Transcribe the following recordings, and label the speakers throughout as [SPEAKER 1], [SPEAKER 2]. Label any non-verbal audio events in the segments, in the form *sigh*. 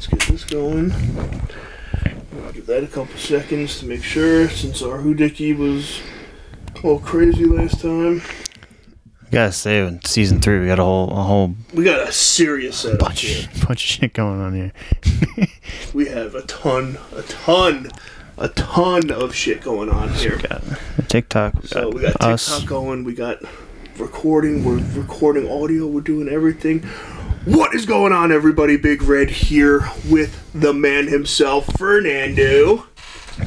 [SPEAKER 1] get this going. I'll give that a couple seconds to make sure, since our hoodickie was all crazy last time.
[SPEAKER 2] I gotta say, in season three, we got a whole a whole
[SPEAKER 1] We got a serious setup
[SPEAKER 2] bunch
[SPEAKER 1] here.
[SPEAKER 2] bunch of shit going
[SPEAKER 1] *laughs*
[SPEAKER 2] on here.
[SPEAKER 1] We have a ton, a ton, a ton of shit going on here.
[SPEAKER 2] We got TikTok. We
[SPEAKER 1] So we got TikTok
[SPEAKER 2] us.
[SPEAKER 1] going. We got recording. We're recording audio. We're doing everything. What is going on, everybody? Big Red here with the man himself, Fernando.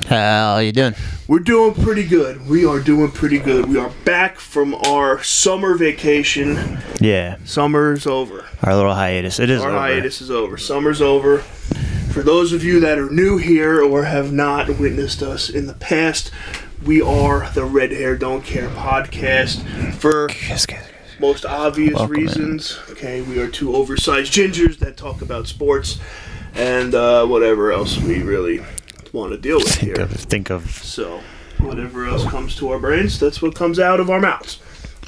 [SPEAKER 2] How you doing?
[SPEAKER 1] We're doing pretty good. We are doing pretty good. We are back from our summer vacation.
[SPEAKER 2] Yeah,
[SPEAKER 1] Summer's over.
[SPEAKER 2] our little hiatus. It is
[SPEAKER 1] Our
[SPEAKER 2] over.
[SPEAKER 1] hiatus is over. Summer's over. For those of you that are new here or have not witnessed us in the past, we are the Red Hair Don't Care podcast. For
[SPEAKER 2] Yes, yes, yes.
[SPEAKER 1] most obvious
[SPEAKER 2] Welcome in.
[SPEAKER 1] reasons. Okay, we are two oversized gingers that talk about sports and uh, whatever else we really want to deal with
[SPEAKER 2] Think
[SPEAKER 1] here.
[SPEAKER 2] of think of
[SPEAKER 1] So, whatever else comes to our brains, that's what comes out of our mouths.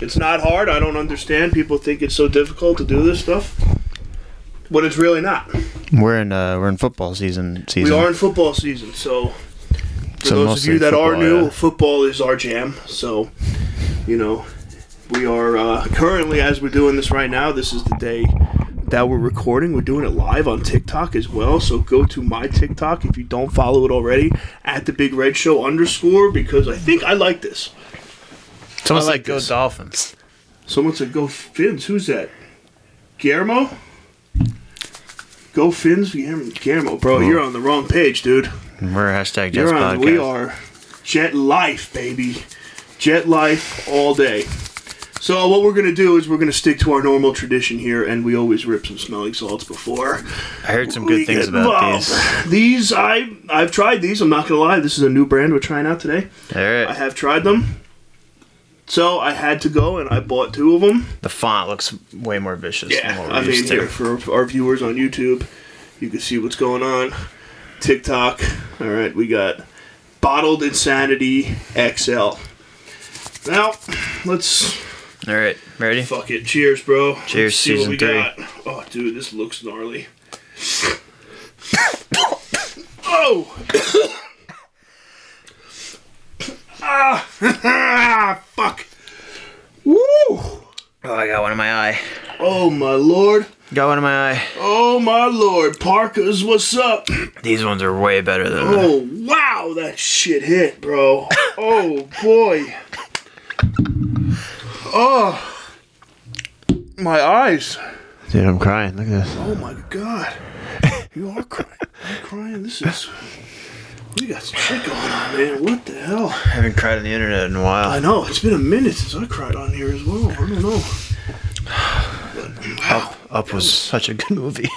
[SPEAKER 1] It's not hard. I don't understand. People think it's so difficult to do this stuff, but it's really not.
[SPEAKER 2] we're in uh, we're in football season
[SPEAKER 1] We
[SPEAKER 2] season.
[SPEAKER 1] are in football season, so for
[SPEAKER 2] So
[SPEAKER 1] those of
[SPEAKER 2] mostly
[SPEAKER 1] you that are
[SPEAKER 2] football,
[SPEAKER 1] new,
[SPEAKER 2] yeah.
[SPEAKER 1] football is our jam. So, you know, we are uh, currently, as we're doing this right now, this is the day that we're recording. We're doing it live on TikTok as well. So go to my TikTok if you don't follow it already at the Big Red Show underscore because I think I like this.
[SPEAKER 2] it's almost
[SPEAKER 1] I like
[SPEAKER 2] like go
[SPEAKER 1] this.
[SPEAKER 2] Dolphins.
[SPEAKER 1] Someone said, "Go Fins." Who's that? Guillermo. Go Fins, Guillermo- Guillermo,
[SPEAKER 2] Oh.
[SPEAKER 1] bro. You're on the wrong page, dude.
[SPEAKER 2] We're hashtag Jets
[SPEAKER 1] You're on.
[SPEAKER 2] podcast.
[SPEAKER 1] We are jet life, baby. Jet life all day. So what we're gonna do is we're gonna stick to our normal tradition here, and we always rip some smelling salts before
[SPEAKER 2] I heard some
[SPEAKER 1] we
[SPEAKER 2] good things
[SPEAKER 1] get
[SPEAKER 2] about
[SPEAKER 1] involved.
[SPEAKER 2] these.
[SPEAKER 1] These I I've tried these. I'm not gonna lie. This is a new brand we're trying out today.
[SPEAKER 2] All
[SPEAKER 1] I
[SPEAKER 2] right,
[SPEAKER 1] have tried them. So I had to go and I bought two of them.
[SPEAKER 2] the font looks way more vicious. than
[SPEAKER 1] Yeah,
[SPEAKER 2] what we're
[SPEAKER 1] I mean
[SPEAKER 2] used to.
[SPEAKER 1] here for our viewers on YouTube, you can see what's going on. TikTok. All right, we got Bottled Insanity XL. Now, let's
[SPEAKER 2] All right, ready?
[SPEAKER 1] fuck it. Cheers, bro. Let's
[SPEAKER 2] Cheers,
[SPEAKER 1] see what
[SPEAKER 2] season
[SPEAKER 1] we
[SPEAKER 2] three.
[SPEAKER 1] got. Oh, dude, this looks gnarly. oh. *coughs* ah, *laughs* fuck. Woo!
[SPEAKER 2] Oh, I got one in my eye.
[SPEAKER 1] Oh my lord.
[SPEAKER 2] Got one in my eye.
[SPEAKER 1] Oh my lord, Parkas, what's up?
[SPEAKER 2] These ones are way better than.
[SPEAKER 1] Oh wow, that shit hit, bro. Oh boy. Oh, my eyes.
[SPEAKER 2] Dude, I'm crying. Look at this.
[SPEAKER 1] Oh my god, you are crying. I'm crying. This is. We got some shit going on, man. What the hell?
[SPEAKER 2] I haven't cried on the internet in a while.
[SPEAKER 1] I know it's been a minute since I cried on here as well. I don't know. But, wow.
[SPEAKER 2] Up was such a
[SPEAKER 1] *laughs*
[SPEAKER 2] good movie.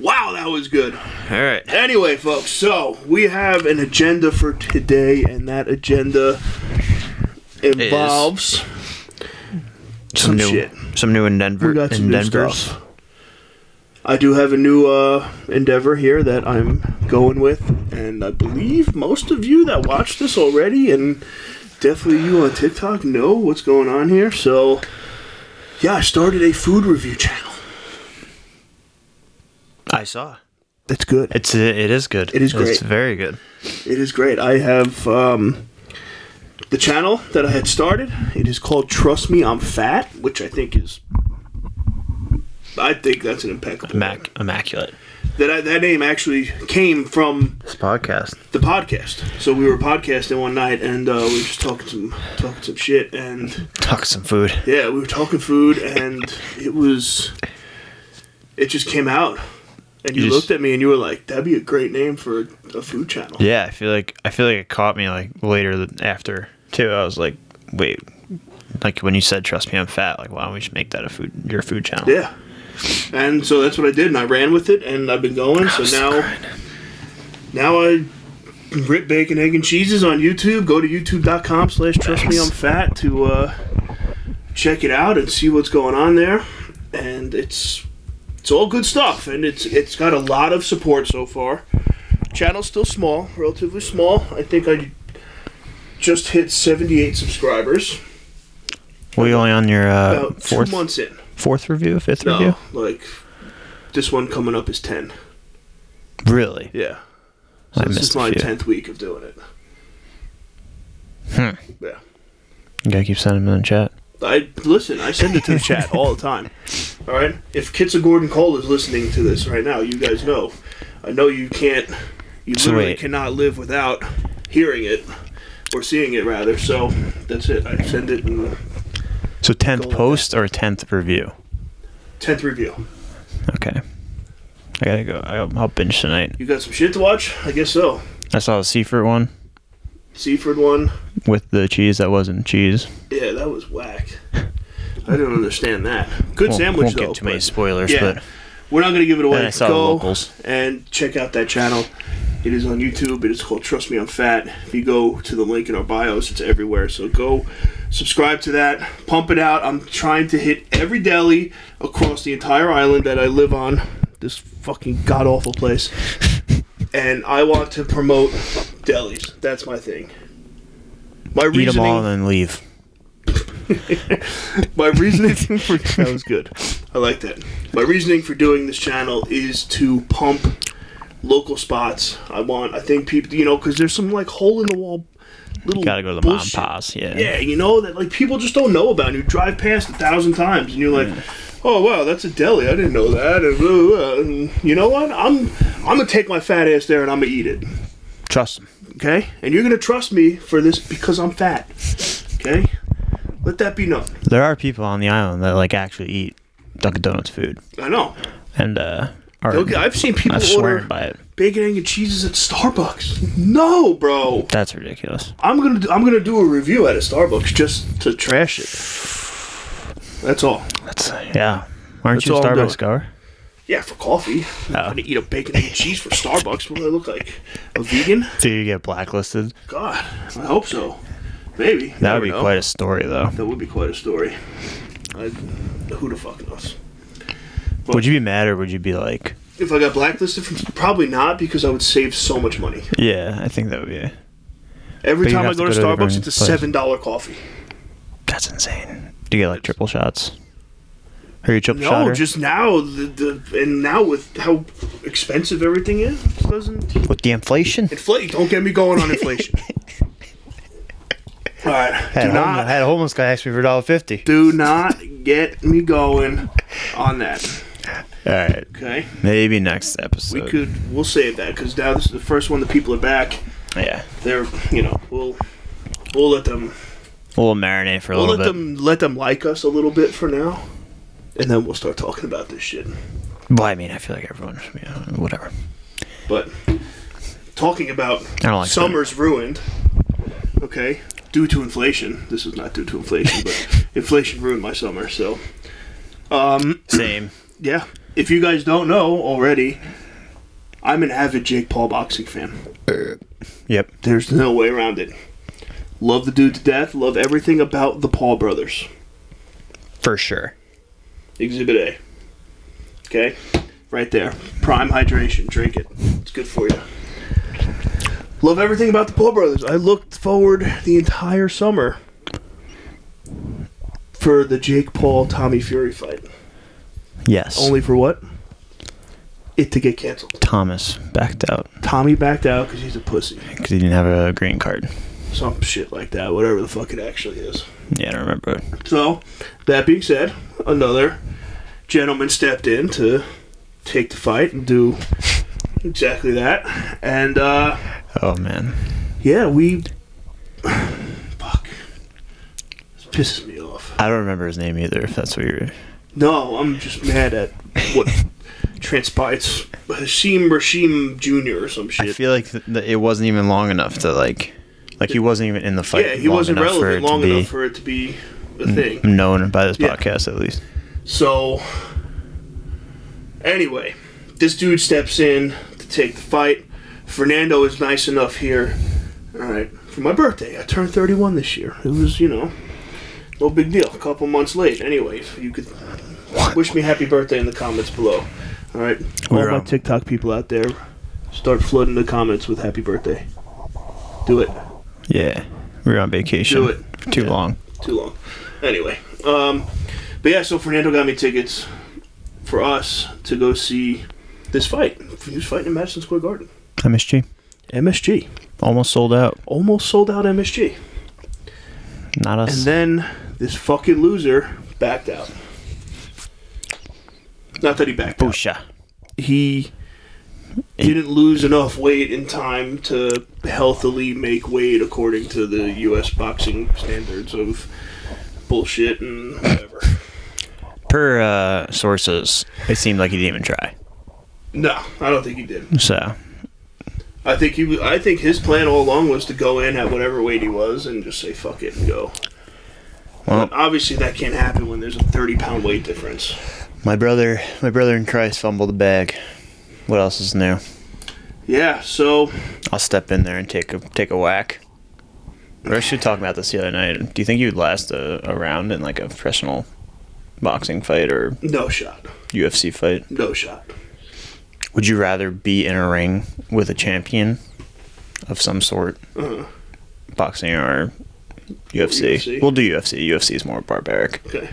[SPEAKER 1] wow, that was good.
[SPEAKER 2] All right.
[SPEAKER 1] Anyway, folks, so we have an agenda for today, and that agenda involves Some
[SPEAKER 2] new,
[SPEAKER 1] shit.
[SPEAKER 2] Some new in Denver.
[SPEAKER 1] we got some
[SPEAKER 2] in
[SPEAKER 1] new
[SPEAKER 2] Denver's.
[SPEAKER 1] stuff. I do have a new uh, endeavor here that I'm going with, and I believe most of you that watch this already, and definitely you on TikTok, know what's going on here. So, yeah, I started a food review channel.
[SPEAKER 2] I saw.
[SPEAKER 1] That's good.
[SPEAKER 2] It's it is good.
[SPEAKER 1] It is great.
[SPEAKER 2] It's very good.
[SPEAKER 1] It is great. I have um, the channel that I had started. It is called Trust Me, I'm Fat, which I think is. I think that's an impeccable.
[SPEAKER 2] Immac- immaculate.
[SPEAKER 1] That I, that name actually came from
[SPEAKER 2] This podcast.
[SPEAKER 1] the podcast. So we were podcasting one night, and uh, we were just talking some talking some shit, and
[SPEAKER 2] Talk some food.
[SPEAKER 1] yeah, we were talking food, and it was. It just came out, and you,
[SPEAKER 2] You just-
[SPEAKER 1] looked at me, and you were like, "That'd be a great name for a food channel."
[SPEAKER 2] Yeah, I feel like I feel like it caught me like later than after too. I was like, wait, like when you said, "Trust me, I'm fat." Like, why don't we just make that a food your food channel?
[SPEAKER 1] Yeah. And so that's what I did, and I ran with it, and I've been going. So now, now I rip bacon, egg, and cheeses on YouTube. Go to youtube.com slash trust me I'm fat to uh, check it out and see what's going on there. And it's it's all good stuff, and it's it's got a lot of support so far. Channel's still small, relatively small. I think I just hit 78 subscribers
[SPEAKER 2] Were you only on your uh,
[SPEAKER 1] about two
[SPEAKER 2] fourth
[SPEAKER 1] months in.
[SPEAKER 2] fourth review, fifth
[SPEAKER 1] No,
[SPEAKER 2] review?
[SPEAKER 1] like This one coming up is ten.
[SPEAKER 2] Really?
[SPEAKER 1] Yeah.
[SPEAKER 2] I
[SPEAKER 1] So this
[SPEAKER 2] missed
[SPEAKER 1] is
[SPEAKER 2] a
[SPEAKER 1] my
[SPEAKER 2] few.
[SPEAKER 1] tenth week of doing it.
[SPEAKER 2] Hmm.
[SPEAKER 1] Yeah.
[SPEAKER 2] You gotta keep sending them in the chat.
[SPEAKER 1] I listen. I send it to the chat all the
[SPEAKER 2] *laughs*
[SPEAKER 1] time. All right. If Kitsa Gordon Cole is listening to this right now, you guys know. I know you can't. You
[SPEAKER 2] So
[SPEAKER 1] literally
[SPEAKER 2] wait.
[SPEAKER 1] cannot live without hearing it or seeing it, rather. So that's it. I send it in Go
[SPEAKER 2] So tenth
[SPEAKER 1] with
[SPEAKER 2] post or tenth review?
[SPEAKER 1] tenth review.
[SPEAKER 2] Okay. I gotta go. I'll, I'll binge tonight.
[SPEAKER 1] You got some shit to watch? I guess so.
[SPEAKER 2] I saw the Seaford one
[SPEAKER 1] Seaford one.
[SPEAKER 2] with the cheese that wasn't cheese.
[SPEAKER 1] Yeah, that was whack. I didn't understand that. Good
[SPEAKER 2] Won't-
[SPEAKER 1] sandwich
[SPEAKER 2] won't
[SPEAKER 1] though.
[SPEAKER 2] get too many
[SPEAKER 1] but
[SPEAKER 2] spoilers,
[SPEAKER 1] yeah.
[SPEAKER 2] but
[SPEAKER 1] We're not gonna give it away.
[SPEAKER 2] And I saw the
[SPEAKER 1] Go
[SPEAKER 2] locals.
[SPEAKER 1] and check out that channel. It is on YouTube. It is called Trust Me, I'm Fat. If you go to the link in our bios, it's everywhere. So go subscribe to that. Pump it out. I'm trying to hit every deli across the entire island that I live on. This fucking god awful place. And I want to promote delis. That's my thing. My
[SPEAKER 2] eat them
[SPEAKER 1] reasoning.
[SPEAKER 2] all and then leave.
[SPEAKER 1] My reasoning *laughs* for that was good. I like that. My reasoning for doing this channel is to pump local spots. I want. I think people, you know, because there's some like hole in the wall little.
[SPEAKER 2] Gotta go to the mom and
[SPEAKER 1] bullshit.
[SPEAKER 2] pa's. Yeah.
[SPEAKER 1] Yeah, you know that like people just don't know about. And you drive past a thousand times, and you're like, "Oh wow, that's a deli. I didn't know that." And, blah, blah, blah. and you know what? I'm I'm gonna take my fat ass there, and I'm gonna eat it.
[SPEAKER 2] Trust them.
[SPEAKER 1] Okay, and you're gonna trust me for this because I'm fat. Okay, let that be known.
[SPEAKER 2] There are people on the island that like actually eat Dunkin' Donuts food
[SPEAKER 1] I know.
[SPEAKER 2] and uh, are
[SPEAKER 1] Okay, I've seen people
[SPEAKER 2] not swearing
[SPEAKER 1] order
[SPEAKER 2] by it.
[SPEAKER 1] bacon, egg, and cheeses at Starbucks. No, bro.
[SPEAKER 2] That's ridiculous.
[SPEAKER 1] I'm gonna do, I'm gonna do a review at a Starbucks just to trash it. That's all.
[SPEAKER 2] That's yeah. Aren't
[SPEAKER 1] That's
[SPEAKER 2] you a
[SPEAKER 1] all I'm doing.
[SPEAKER 2] Starbucks goer?
[SPEAKER 1] Yeah, for coffee. I'm
[SPEAKER 2] Oh.
[SPEAKER 1] not gonna eat a bacon, egg, and cheese for Starbucks. What do I look like? A vegan?
[SPEAKER 2] Do you get blacklisted?
[SPEAKER 1] God, I hope so. Maybe.
[SPEAKER 2] That would be quite a story, though.
[SPEAKER 1] That would be quite a story. I, who the fuck knows?
[SPEAKER 2] Would you be mad or would you be like,
[SPEAKER 1] If I got blacklisted, from, probably not because I would save so much money.
[SPEAKER 2] yeah, I think that would be.
[SPEAKER 1] Every
[SPEAKER 2] But you'd
[SPEAKER 1] time I
[SPEAKER 2] have
[SPEAKER 1] go
[SPEAKER 2] to
[SPEAKER 1] to,
[SPEAKER 2] go to a
[SPEAKER 1] Starbucks,
[SPEAKER 2] different
[SPEAKER 1] it's a
[SPEAKER 2] place.
[SPEAKER 1] seven dollar coffee.
[SPEAKER 2] That's insane. Do you get like triple shots? Are you a triple
[SPEAKER 1] No,
[SPEAKER 2] shotter?
[SPEAKER 1] just now the, the and now with how expensive everything is, it doesn't
[SPEAKER 2] with the inflation.
[SPEAKER 1] inflate. Don't get me going on inflation. All right, do not
[SPEAKER 2] had a homeless guy ask me for a dollar fifty.
[SPEAKER 1] do not get me going on that.
[SPEAKER 2] All right,
[SPEAKER 1] Okay,
[SPEAKER 2] maybe next episode.
[SPEAKER 1] we could we'll save that because now this is the first one. The people are back.
[SPEAKER 2] yeah,
[SPEAKER 1] They're you know we'll we'll let them
[SPEAKER 2] a little marinate for a
[SPEAKER 1] we'll
[SPEAKER 2] little
[SPEAKER 1] let
[SPEAKER 2] bit.
[SPEAKER 1] them let them like us a little bit for now, and then we'll start talking about this shit.
[SPEAKER 2] Well, I mean, I feel like everyone should be uh, whatever.
[SPEAKER 1] But talking about
[SPEAKER 2] I don't like
[SPEAKER 1] summer's ruined, okay, due to inflation. This is not due to inflation,
[SPEAKER 2] *laughs*
[SPEAKER 1] but inflation ruined my summer. So, um,
[SPEAKER 2] *clears throat* Same.
[SPEAKER 1] yeah, if you guys don't know already, I'm an avid Jake Paul boxing fan.
[SPEAKER 2] Yep.
[SPEAKER 1] There's no way around it. Love the dude to death. Love everything about the Paul brothers.
[SPEAKER 2] For sure.
[SPEAKER 1] Exhibit A. Okay? Right there. Prime hydration. Drink it. It's good for you. Love everything about the Paul Brothers. I looked forward the entire summer for the Jake Paul Tommy Fury fight.
[SPEAKER 2] Yes.
[SPEAKER 1] Only for what? It to get canceled.
[SPEAKER 2] Thomas backed out
[SPEAKER 1] Tommy backed out because he's a pussy.
[SPEAKER 2] because he didn't have a green card.
[SPEAKER 1] Some shit like that, whatever the fuck it actually is.
[SPEAKER 2] Yeah, I don't remember.
[SPEAKER 1] So, that being said, another gentleman stepped in to take the fight and do exactly that. And uh,
[SPEAKER 2] Oh man.
[SPEAKER 1] yeah, we *sighs* fuck. This pisses me off.
[SPEAKER 2] I don't remember his name either. If that's what you're.
[SPEAKER 1] No, I'm just mad at
[SPEAKER 2] *laughs*
[SPEAKER 1] what transpired. It's Hashim Rashim Jr. or some
[SPEAKER 2] I
[SPEAKER 1] shit.
[SPEAKER 2] feel like th- th- it wasn't even long enough to like, like he wasn't even in the fight.
[SPEAKER 1] Yeah, he
[SPEAKER 2] long
[SPEAKER 1] wasn't
[SPEAKER 2] enough for
[SPEAKER 1] relevant
[SPEAKER 2] it to
[SPEAKER 1] long
[SPEAKER 2] be Mm,
[SPEAKER 1] enough for it to be a thing.
[SPEAKER 2] known by this
[SPEAKER 1] Yeah.
[SPEAKER 2] podcast at least.
[SPEAKER 1] So, anyway, this dude steps in to take the fight. Fernando is nice enough here. All right, for my birthday, I turned 31 this year. It was, you know, no big deal. A couple months late. Anyway, if you could wish me happy birthday in the comments below. All right, all
[SPEAKER 2] We're,
[SPEAKER 1] my
[SPEAKER 2] um,
[SPEAKER 1] TikTok people out there, start flooding the comments with happy birthday. Do it.
[SPEAKER 2] Yeah, we were on vacation.
[SPEAKER 1] Do it.
[SPEAKER 2] For too long.
[SPEAKER 1] too long. Anyway, um, but yeah, so Fernando got me tickets for us to go see this fight. He was fighting in Madison Square Garden.
[SPEAKER 2] MSG
[SPEAKER 1] MSG.
[SPEAKER 2] almost sold out.
[SPEAKER 1] Almost sold out MSG.
[SPEAKER 2] Not
[SPEAKER 1] And
[SPEAKER 2] us.
[SPEAKER 1] then this fucking loser backed out. Not that he backed out.
[SPEAKER 2] Busha.
[SPEAKER 1] He didn't lose enough weight in time to healthily make weight according to the U.S. boxing standards of bullshit and whatever.
[SPEAKER 2] Per uh, sources, it seemed like he didn't even try.
[SPEAKER 1] No, I don't think he did.
[SPEAKER 2] So
[SPEAKER 1] I think he. w- I think his plan all along was to go in at whatever weight he was and just say fuck it and go.
[SPEAKER 2] Well-
[SPEAKER 1] but obviously that can't happen when there's a 30 pound weight difference.
[SPEAKER 2] my brother, my brother in Christ, fumbled the bag. What else is new?
[SPEAKER 1] Yeah, so
[SPEAKER 2] I'll step in there and take a take a whack. We were actually talking about this the other night. Do you think you'd last a, a round in like a professional boxing fight or
[SPEAKER 1] no shot,
[SPEAKER 2] UFC fight?
[SPEAKER 1] no shot.
[SPEAKER 2] Would you rather be in a ring with a champion of some sort,
[SPEAKER 1] Uh,
[SPEAKER 2] boxing or UFC?
[SPEAKER 1] UFC.
[SPEAKER 2] We'll do UFC. UFC is more barbaric.
[SPEAKER 1] okay,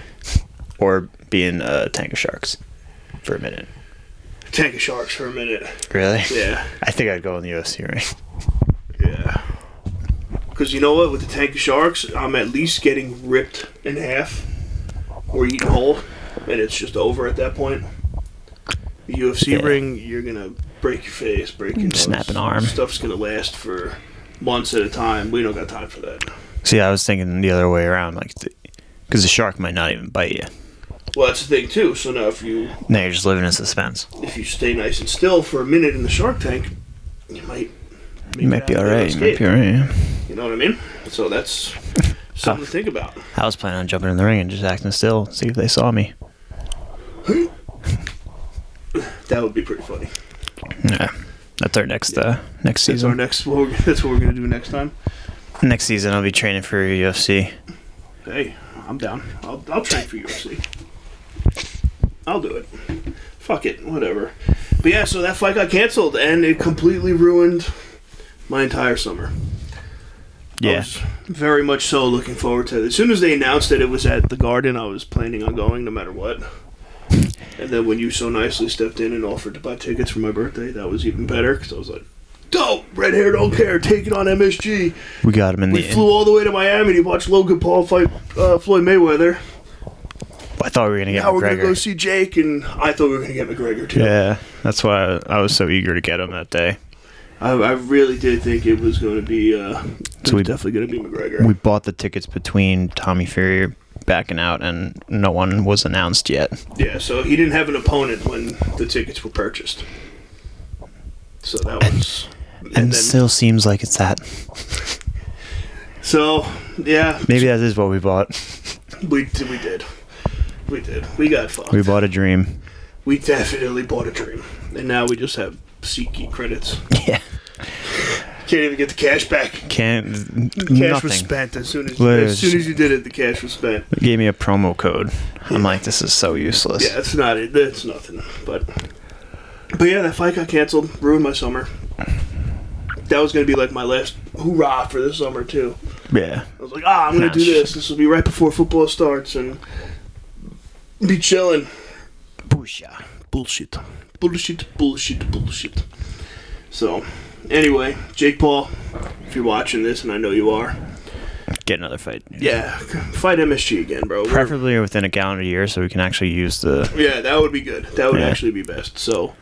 [SPEAKER 2] Or be in a tank of sharks for a minute.
[SPEAKER 1] tank of sharks for a minute.
[SPEAKER 2] Really?
[SPEAKER 1] Yeah,
[SPEAKER 2] I think I'd go in the UFC ring.
[SPEAKER 1] yeah. Because you know what, with the tank of sharks, I'm at least getting ripped in half or eaten whole, and it's just over at that point. The UFC
[SPEAKER 2] Yeah.
[SPEAKER 1] ring, you're gonna break your face, break your nose.
[SPEAKER 2] Snap an arm.
[SPEAKER 1] Stuff's gonna last for months at a time. We don't got time for that.
[SPEAKER 2] See, I was thinking the other way around, like, because the shark might not even bite you.
[SPEAKER 1] Well, that's the thing too. So now, if you
[SPEAKER 2] Now you're just living in suspense.
[SPEAKER 1] if you stay nice and still for a minute in the shark tank, you might
[SPEAKER 2] You might be
[SPEAKER 1] out there
[SPEAKER 2] alright. You might
[SPEAKER 1] unscathed.
[SPEAKER 2] be alright.
[SPEAKER 1] You know what I mean? So
[SPEAKER 2] *laughs*
[SPEAKER 1] that's something to think about.
[SPEAKER 2] I was planning on jumping in the ring and just acting still, see if they saw me.
[SPEAKER 1] That would be pretty funny.
[SPEAKER 2] Yeah. That's our next uh, next
[SPEAKER 1] That's our
[SPEAKER 2] season.
[SPEAKER 1] next. *laughs* What we're, that's what we're gonna do next time.
[SPEAKER 2] Next season, I'll be training for UFC.
[SPEAKER 1] Oh, Hey, I'm down. I'll I'll train for UFC. I'll do it. Fuck it, whatever. But yeah, so that fight got canceled, and it completely ruined my entire summer. I
[SPEAKER 2] Yeah.
[SPEAKER 1] was very much so looking forward to it. As soon as they announced that it was at the Garden, I was planning on going no matter what. And then when you so nicely stepped in and offered to buy tickets for my birthday, that was even better because I was like, dope, red hair don't care, take it on MSG.
[SPEAKER 2] We got him in
[SPEAKER 1] We
[SPEAKER 2] the.
[SPEAKER 1] flew all the way to Miami to watch Logan Paul fight uh, Floyd Mayweather.
[SPEAKER 2] I thought we were gonna get
[SPEAKER 1] Now we're going to
[SPEAKER 2] McGregor.
[SPEAKER 1] go see Jake, and I thought we were going to get McGregor too.
[SPEAKER 2] yeah, that's why I was so eager to get him that day.
[SPEAKER 1] I, I really did think it was going to be, uh, it
[SPEAKER 2] we-
[SPEAKER 1] was definitely going to be McGregor.
[SPEAKER 2] We bought the tickets between Tommy Fury backing out, and no one was announced yet.
[SPEAKER 1] Yeah, so he didn't have an opponent when the tickets were purchased. So that was. And,
[SPEAKER 2] And,
[SPEAKER 1] then,
[SPEAKER 2] still seems like it's that.
[SPEAKER 1] so yeah,
[SPEAKER 2] Maybe that is what we bought.
[SPEAKER 1] we d- we did, we did, we got fucked.
[SPEAKER 2] We
[SPEAKER 1] We,
[SPEAKER 2] bought
[SPEAKER 1] *laughs*
[SPEAKER 2] a dream.
[SPEAKER 1] definitely bought a dream, and now we just have SeatGeek credits.
[SPEAKER 2] Yeah.
[SPEAKER 1] Can't even get the cash back.
[SPEAKER 2] Can't.
[SPEAKER 1] Cash
[SPEAKER 2] nothing.
[SPEAKER 1] was spent as soon as
[SPEAKER 2] Liz.
[SPEAKER 1] as soon as you did it. The cash was spent.
[SPEAKER 2] They gave me a promo code. I'm like, this is so useless.
[SPEAKER 1] Yeah, that's not it. That's nothing. But but yeah, that fight got canceled. Ruined my summer. That was gonna be like my last hoorah for this summer too.
[SPEAKER 2] Yeah.
[SPEAKER 1] I was like, ah, I'm gonna
[SPEAKER 2] Nah,
[SPEAKER 1] do
[SPEAKER 2] sh-
[SPEAKER 1] this. This will be right before football starts and be chilling.
[SPEAKER 2] Busha.
[SPEAKER 1] Bullshit, bullshit, bullshit, bullshit. So, anyway, Jake Paul, if you're watching this, and I know you are,
[SPEAKER 2] Get another fight.
[SPEAKER 1] yeah, fight MSG again, bro. We're-
[SPEAKER 2] Preferably within a calendar year so we can actually use the.
[SPEAKER 1] yeah, that would be good. That would
[SPEAKER 2] Yeah.
[SPEAKER 1] actually be best. So,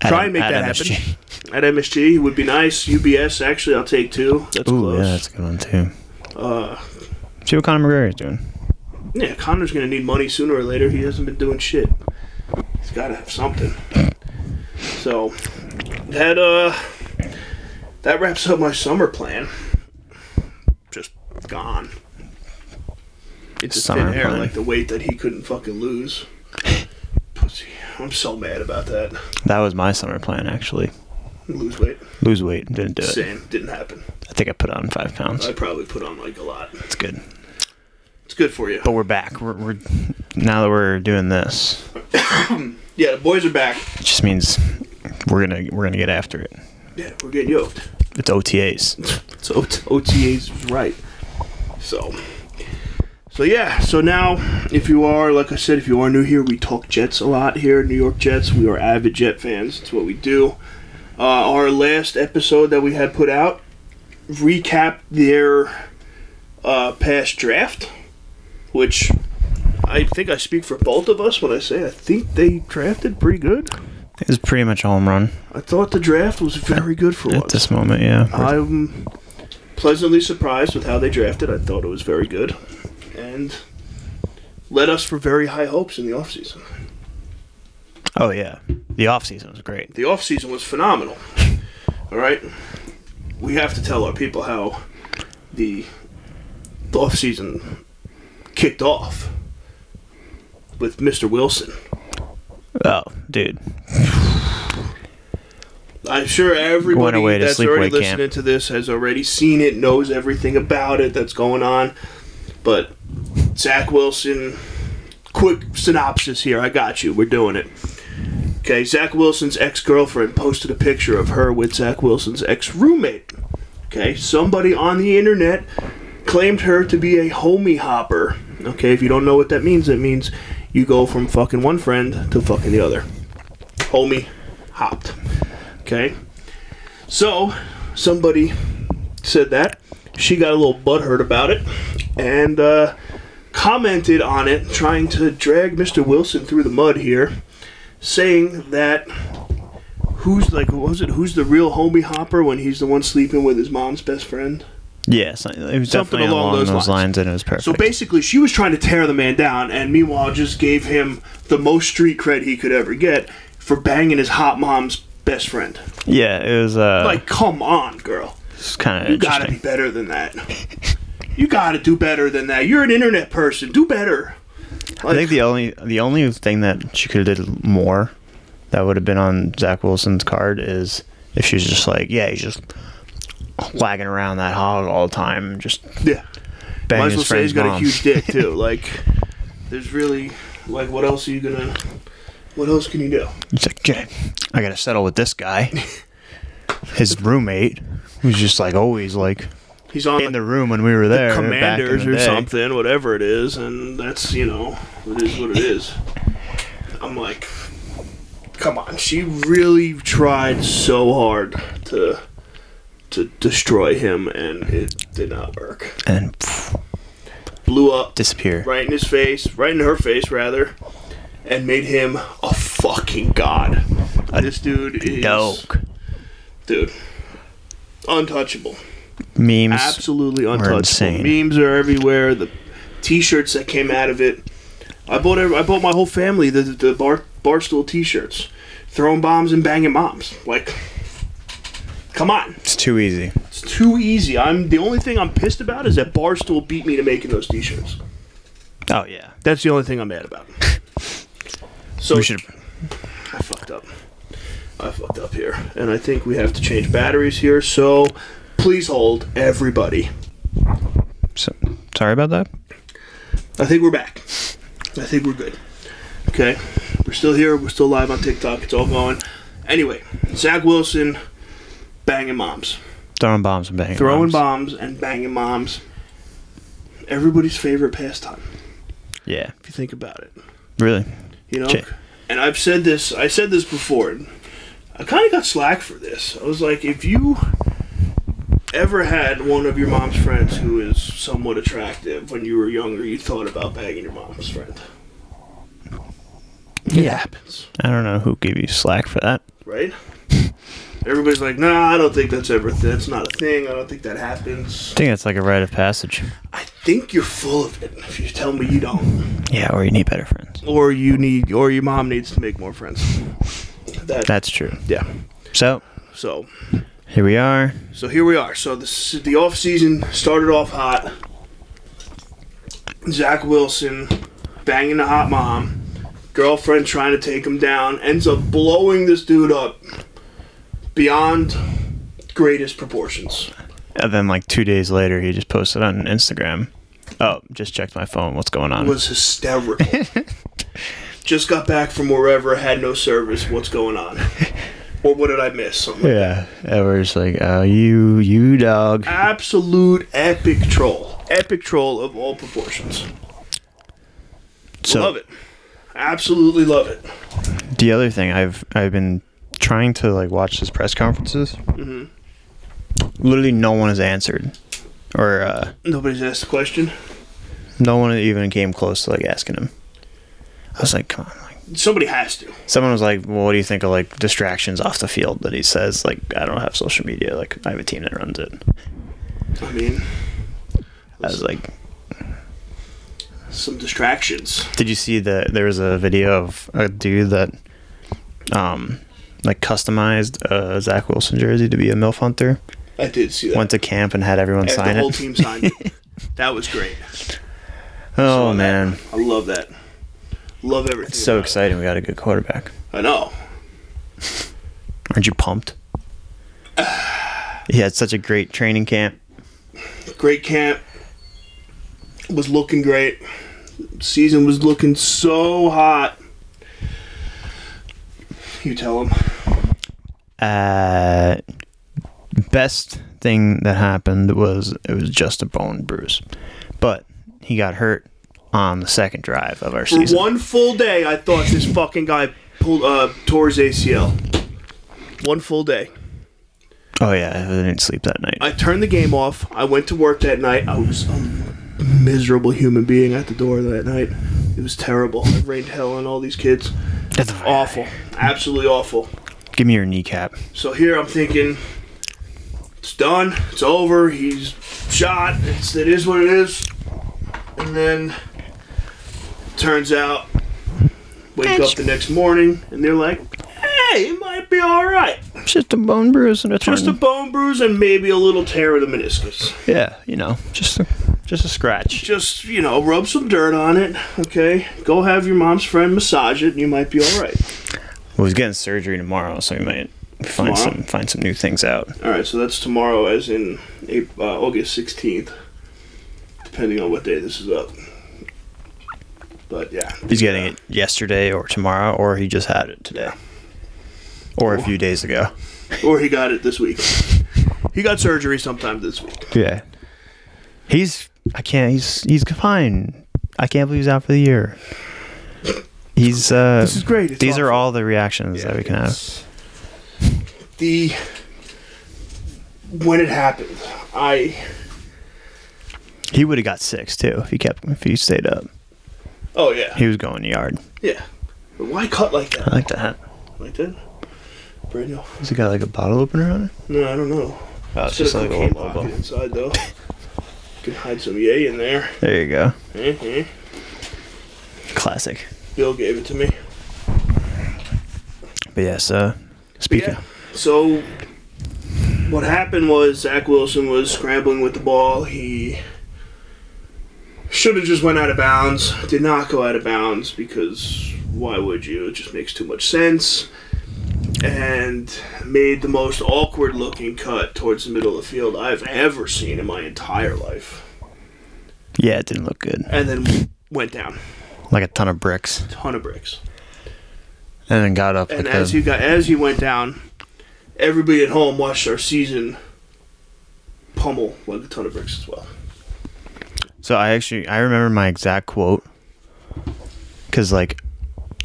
[SPEAKER 1] Try and make
[SPEAKER 2] at
[SPEAKER 1] that
[SPEAKER 2] MSG.
[SPEAKER 1] happen. at MSG would be nice. UBS, actually, I'll take two. That's
[SPEAKER 2] Ooh,
[SPEAKER 1] close.
[SPEAKER 2] yeah, that's a good one too.
[SPEAKER 1] Uh,
[SPEAKER 2] See what Conor McGregor is doing.
[SPEAKER 1] yeah, Connor's gonna need money sooner or later. He hasn't been doing shit. He's gotta have something. So that uh that wraps up my summer plan. Just gone. It's a
[SPEAKER 2] Summer
[SPEAKER 1] thin air,
[SPEAKER 2] plan.
[SPEAKER 1] like the weight that he couldn't fucking
[SPEAKER 2] *laughs*
[SPEAKER 1] lose. Pussy. I'm so mad about that.
[SPEAKER 2] That was my summer plan actually.
[SPEAKER 1] Lose weight.
[SPEAKER 2] Lose weight, didn't do it.
[SPEAKER 1] Same. Didn't happen.
[SPEAKER 2] I think I put on five pounds.
[SPEAKER 1] I probably put on like a lot.
[SPEAKER 2] It's good.
[SPEAKER 1] It's good for you.
[SPEAKER 2] But we're back. We're, we're now that we're doing this,
[SPEAKER 1] Yeah, the boys are back.
[SPEAKER 2] it just means we're gonna we're gonna get after it.
[SPEAKER 1] Yeah, we're getting yoked. *laughs*
[SPEAKER 2] It's OTAs.
[SPEAKER 1] So OTAs was right. So, So yeah, so now if you are, like I said, if you are new here, we talk Jets a lot here, New York Jets. We are avid Jet fans. It's what we do. Uh, our last episode that we had put out recapped their uh, past draft, which I think I speak for both of us when I say I think they drafted pretty good.
[SPEAKER 2] It was pretty much a home run
[SPEAKER 1] I thought the draft was very good for
[SPEAKER 2] at
[SPEAKER 1] once.
[SPEAKER 2] this moment. Yeah, We're-
[SPEAKER 1] I'm pleasantly surprised with how they drafted. I thought it was very good and led us for very high hopes in the offseason.
[SPEAKER 2] oh yeah, the off season was great.
[SPEAKER 1] The offseason was phenomenal. All right? We have to tell our people how the the offseason kicked off with Mr. Wilson.
[SPEAKER 2] Oh, dude,
[SPEAKER 1] I'm sure
[SPEAKER 2] Going
[SPEAKER 1] everybody
[SPEAKER 2] away to
[SPEAKER 1] that's
[SPEAKER 2] sleepaway
[SPEAKER 1] already listening
[SPEAKER 2] camp.
[SPEAKER 1] to this has already seen it, knows everything about it that's going on. But Zach Wilson, quick synopsis here. I got you. We're doing it. Okay, Zach Wilson's ex girlfriend posted a picture of her with Zach Wilson's ex roommate. Okay, somebody on the internet claimed her to be a homie hopper. Okay, if you don't know what that means, it means you go from fucking one friend to fucking the other. Homie hopped. Okay. So, somebody said that. She got a little butthurt about it and uh, commented on it, trying to drag Mr. Wilson through the mud here, saying that who's like, what was it? Who's the real homie hopper when he's the one sleeping with his mom's best friend?
[SPEAKER 2] yeah, so- it was
[SPEAKER 1] Something
[SPEAKER 2] definitely
[SPEAKER 1] along
[SPEAKER 2] along,
[SPEAKER 1] those
[SPEAKER 2] those,
[SPEAKER 1] lines.
[SPEAKER 2] lines. and it was perfect.
[SPEAKER 1] So basically, she was trying to tear the man down, and meanwhile, just gave him the most street cred he could ever get for banging his hot mom's best friend.
[SPEAKER 2] yeah, it was uh,
[SPEAKER 1] Like, come on, girl.
[SPEAKER 2] kind of
[SPEAKER 1] You gotta
[SPEAKER 2] interesting.
[SPEAKER 1] be better than that. You gotta do better than that. You're an internet person. Do better.
[SPEAKER 2] I think the only the only thing that she could have did more that would have been on Zach Wilson's card is if she was just like, yeah, he's just wagging around that hog all the time, just
[SPEAKER 1] Yeah.
[SPEAKER 2] banging
[SPEAKER 1] Might as well
[SPEAKER 2] his
[SPEAKER 1] say he's
[SPEAKER 2] friend's
[SPEAKER 1] got
[SPEAKER 2] mom.
[SPEAKER 1] a huge dick too. Like, there's really like, what else are you gonna? What else can you do?
[SPEAKER 2] *laughs* He's like, "Jay, I gotta settle with this guy. His roommate, who's just like always like
[SPEAKER 1] He's on
[SPEAKER 2] in the room when we were there, back in the
[SPEAKER 1] commanders or
[SPEAKER 2] day.
[SPEAKER 1] something, whatever it is, and that's you know, it is what it is. I'm like, come on. She really tried so hard to to destroy him, and it did not work.
[SPEAKER 2] and pff,
[SPEAKER 1] blew up
[SPEAKER 2] disappear.
[SPEAKER 1] right in his face, right in her face rather, and made him a fucking god. Uh, This dude is
[SPEAKER 2] Doke
[SPEAKER 1] dude. Untouchable.
[SPEAKER 2] memes.
[SPEAKER 1] Absolutely untouchable.
[SPEAKER 2] insane.
[SPEAKER 1] Memes are everywhere. The t-shirts that came out of it. I bought every, I bought my whole family the the bar, barstool t-shirts. Throwing bombs and banging moms. Like Come on.
[SPEAKER 2] It's too easy.
[SPEAKER 1] It's too easy. I'm the only thing I'm pissed about is that Barstool beat me to making those t-shirts.
[SPEAKER 2] Oh yeah,
[SPEAKER 1] That's the only thing I'm mad
[SPEAKER 2] *laughs*
[SPEAKER 1] about. So
[SPEAKER 2] we should.
[SPEAKER 1] I fucked up. I fucked up here, and I think we have to change batteries here. So please hold, everybody.
[SPEAKER 2] So, sorry about that.
[SPEAKER 1] I think we're back. I think we're good. Okay, we're still here. We're still live on TikTok. It's all going. Anyway, Zach Wilson banging moms,
[SPEAKER 2] Throwing bombs and banging.
[SPEAKER 1] throwing
[SPEAKER 2] bombs.
[SPEAKER 1] bombs and banging moms. Everybody's favorite pastime,
[SPEAKER 2] Yeah,
[SPEAKER 1] if you think about it.
[SPEAKER 2] really.
[SPEAKER 1] You know,
[SPEAKER 2] Check.
[SPEAKER 1] and I've said this. I said this before. and I kind of got slack for this. I was like, if you ever had one of your mom's friends who is somewhat attractive when you were younger, you thought about bagging your mom's friend. It
[SPEAKER 2] Yeah.
[SPEAKER 1] happens,
[SPEAKER 2] I don't know who gave you slack for that.
[SPEAKER 1] right? Everybody's like, nah, I don't think that's ever. that's not a thing. I don't think that happens.
[SPEAKER 2] I think it's like a rite of passage.
[SPEAKER 1] I think you're full of it. If you tell me you don't,
[SPEAKER 2] Yeah, or you need better friends.
[SPEAKER 1] or you need, or your mom needs to make more friends. That,
[SPEAKER 2] That's true.
[SPEAKER 1] yeah.
[SPEAKER 2] So
[SPEAKER 1] So
[SPEAKER 2] here we are.
[SPEAKER 1] So here we are. So this, the off season started off hot. Zach Wilson banging the hot mom, girlfriend trying to take him down, ends up blowing this dude up beyond greatest proportions.
[SPEAKER 2] And then like two days later, he just posted on Instagram. Oh, just checked my phone. What's going on?
[SPEAKER 1] Was hysterical. Just got back from wherever, had no service. What's going on? Or what did I miss? Something like
[SPEAKER 2] yeah, and we're just like, oh, you, you dog.
[SPEAKER 1] absolute epic troll. Epic troll of all proportions.
[SPEAKER 2] So
[SPEAKER 1] love it. Absolutely love it.
[SPEAKER 2] the other thing I've I've been trying to like watch his press conferences.
[SPEAKER 1] Mm-hmm.
[SPEAKER 2] Literally, no one has answered, or uh,
[SPEAKER 1] Nobody's asked the question.
[SPEAKER 2] no one even came close to like asking him. I was like, come on. like
[SPEAKER 1] Somebody has to.
[SPEAKER 2] Someone was like, well, what do you think of like distractions off the field that he says? Like, I don't have social media. Like, I have a team that runs it.
[SPEAKER 1] I mean,
[SPEAKER 2] I was like,
[SPEAKER 1] some distractions.
[SPEAKER 2] Did you see that there was a video of a dude that, um, like customized a Zach Wilson jersey to be a milf hunter?
[SPEAKER 1] I did see that.
[SPEAKER 2] Went to camp and had everyone
[SPEAKER 1] And
[SPEAKER 2] sign
[SPEAKER 1] the whole
[SPEAKER 2] it.
[SPEAKER 1] team signed
[SPEAKER 2] *laughs*
[SPEAKER 1] it. That was great. Saw
[SPEAKER 2] oh
[SPEAKER 1] that.
[SPEAKER 2] man,
[SPEAKER 1] I love that. Love everything.
[SPEAKER 2] so
[SPEAKER 1] about it.
[SPEAKER 2] exciting! We got a good quarterback.
[SPEAKER 1] I know.
[SPEAKER 2] Aren't you pumped? He had such a great training camp.
[SPEAKER 1] Great camp. Was looking great. Season was looking so hot. You tell him.
[SPEAKER 2] Uh, best thing that happened was it was just a bone bruise, but he got hurt on the second drive of our
[SPEAKER 1] For
[SPEAKER 2] season.
[SPEAKER 1] one full day, I thought this fucking guy pulled uh, tore his ACL. One full day.
[SPEAKER 2] Oh yeah, I didn't sleep that night.
[SPEAKER 1] I turned the game off. I went to work that night. I was a miserable human being at the door that night. It was terrible. It rained hell on all these kids. Awful. Absolutely awful.
[SPEAKER 2] Give me your kneecap.
[SPEAKER 1] So here I'm thinking, it's done. It's over. He's shot. It's, it is what it is. And then turns out, wake up the next morning and they're like, hey, it might be all right.
[SPEAKER 2] It's just a bone bruise and a
[SPEAKER 1] Just a bone bruise and maybe a little tear of the meniscus.
[SPEAKER 2] yeah, you know, just a, just a scratch.
[SPEAKER 1] just you know rub some dirt on it okay go have your mom's friend massage it and you might be all right
[SPEAKER 2] Well, he's getting surgery tomorrow, so we might
[SPEAKER 1] Tomorrow?
[SPEAKER 2] find some find some new things out.
[SPEAKER 1] all right so that's tomorrow as in April, uh, august 16th depending on what day this is up but yeah
[SPEAKER 2] He's getting it yesterday or tomorrow, or he just had it today, or a few days ago.
[SPEAKER 1] or he got it this week he got surgery sometime this week
[SPEAKER 2] Yeah, he's I can't. He's he's fine. I can't believe he's out for the year. He's uh.
[SPEAKER 1] this is great it's
[SPEAKER 2] these are
[SPEAKER 1] awesome.
[SPEAKER 2] all the reactions that we can have.
[SPEAKER 1] It's- the when it happened i
[SPEAKER 2] He would have got six too if he kept if he stayed up.
[SPEAKER 1] oh yeah
[SPEAKER 2] He was going yard.
[SPEAKER 1] yeah but why cut like
[SPEAKER 2] I
[SPEAKER 1] that
[SPEAKER 2] like that.
[SPEAKER 1] like that brand new
[SPEAKER 2] Has it got like a bottle opener on it?
[SPEAKER 1] No, I don't know.
[SPEAKER 2] Oh,
[SPEAKER 1] Should have cocaine pocket inside though. Can hide some yay in there.
[SPEAKER 2] There you go.
[SPEAKER 1] hmm
[SPEAKER 2] Classic.
[SPEAKER 1] Bill gave it to me.
[SPEAKER 2] But yes, uh, speaking.
[SPEAKER 1] Yeah. So what happened was Zach Wilson was scrambling with the ball. He should have just went out of bounds. Did not go out of bounds because why would you? It just makes too much sense. And made the most awkward looking cut towards the middle of the field I've ever seen in my entire life.
[SPEAKER 2] Yeah. it didn't look good.
[SPEAKER 1] And then went down.
[SPEAKER 2] Like a ton of bricks,
[SPEAKER 1] Ton of bricks.
[SPEAKER 2] and then got up.
[SPEAKER 1] And
[SPEAKER 2] like uh,
[SPEAKER 1] as
[SPEAKER 2] a,
[SPEAKER 1] he got as he went down, everybody at home watched our season pummel like a ton of bricks as well.
[SPEAKER 2] so I actually I remember my exact quote because like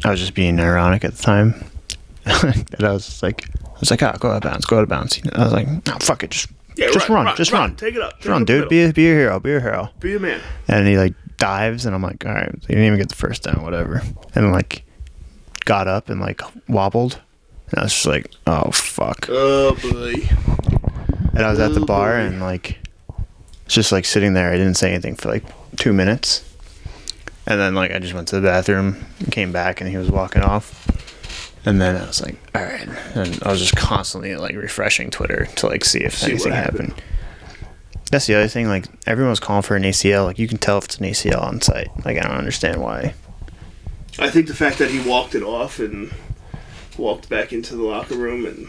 [SPEAKER 2] I was just being ironic at the time, *laughs* and I was just like I was like, oh, go out of bounds, go out of bounds. I was like, no, fuck it, just just
[SPEAKER 1] right,
[SPEAKER 2] run, just run,
[SPEAKER 1] Take it up.
[SPEAKER 2] just run, dude. Be a, be a hero, be a hero.
[SPEAKER 1] be a man.
[SPEAKER 2] and he like dives and I'm like, all right, he didn't even get the first down, whatever. And like got up and like wobbled. And I was just like, oh fuck.
[SPEAKER 1] Oh boy.
[SPEAKER 2] And I was at the
[SPEAKER 1] Oh,
[SPEAKER 2] bar
[SPEAKER 1] boy.
[SPEAKER 2] and like just like sitting there. I didn't say anything for like two minutes. And then like I just went to the bathroom and came back and he was walking off. And then I was like, all right. And I was just constantly like refreshing Twitter to like see if
[SPEAKER 1] what
[SPEAKER 2] anything
[SPEAKER 1] happened.
[SPEAKER 2] happened. That's the other thing. Like everyone was calling for an ACL. Like you can tell if it's an ACL on site. Like I don't understand why.
[SPEAKER 1] I think the fact that he walked it off and walked back into the locker room and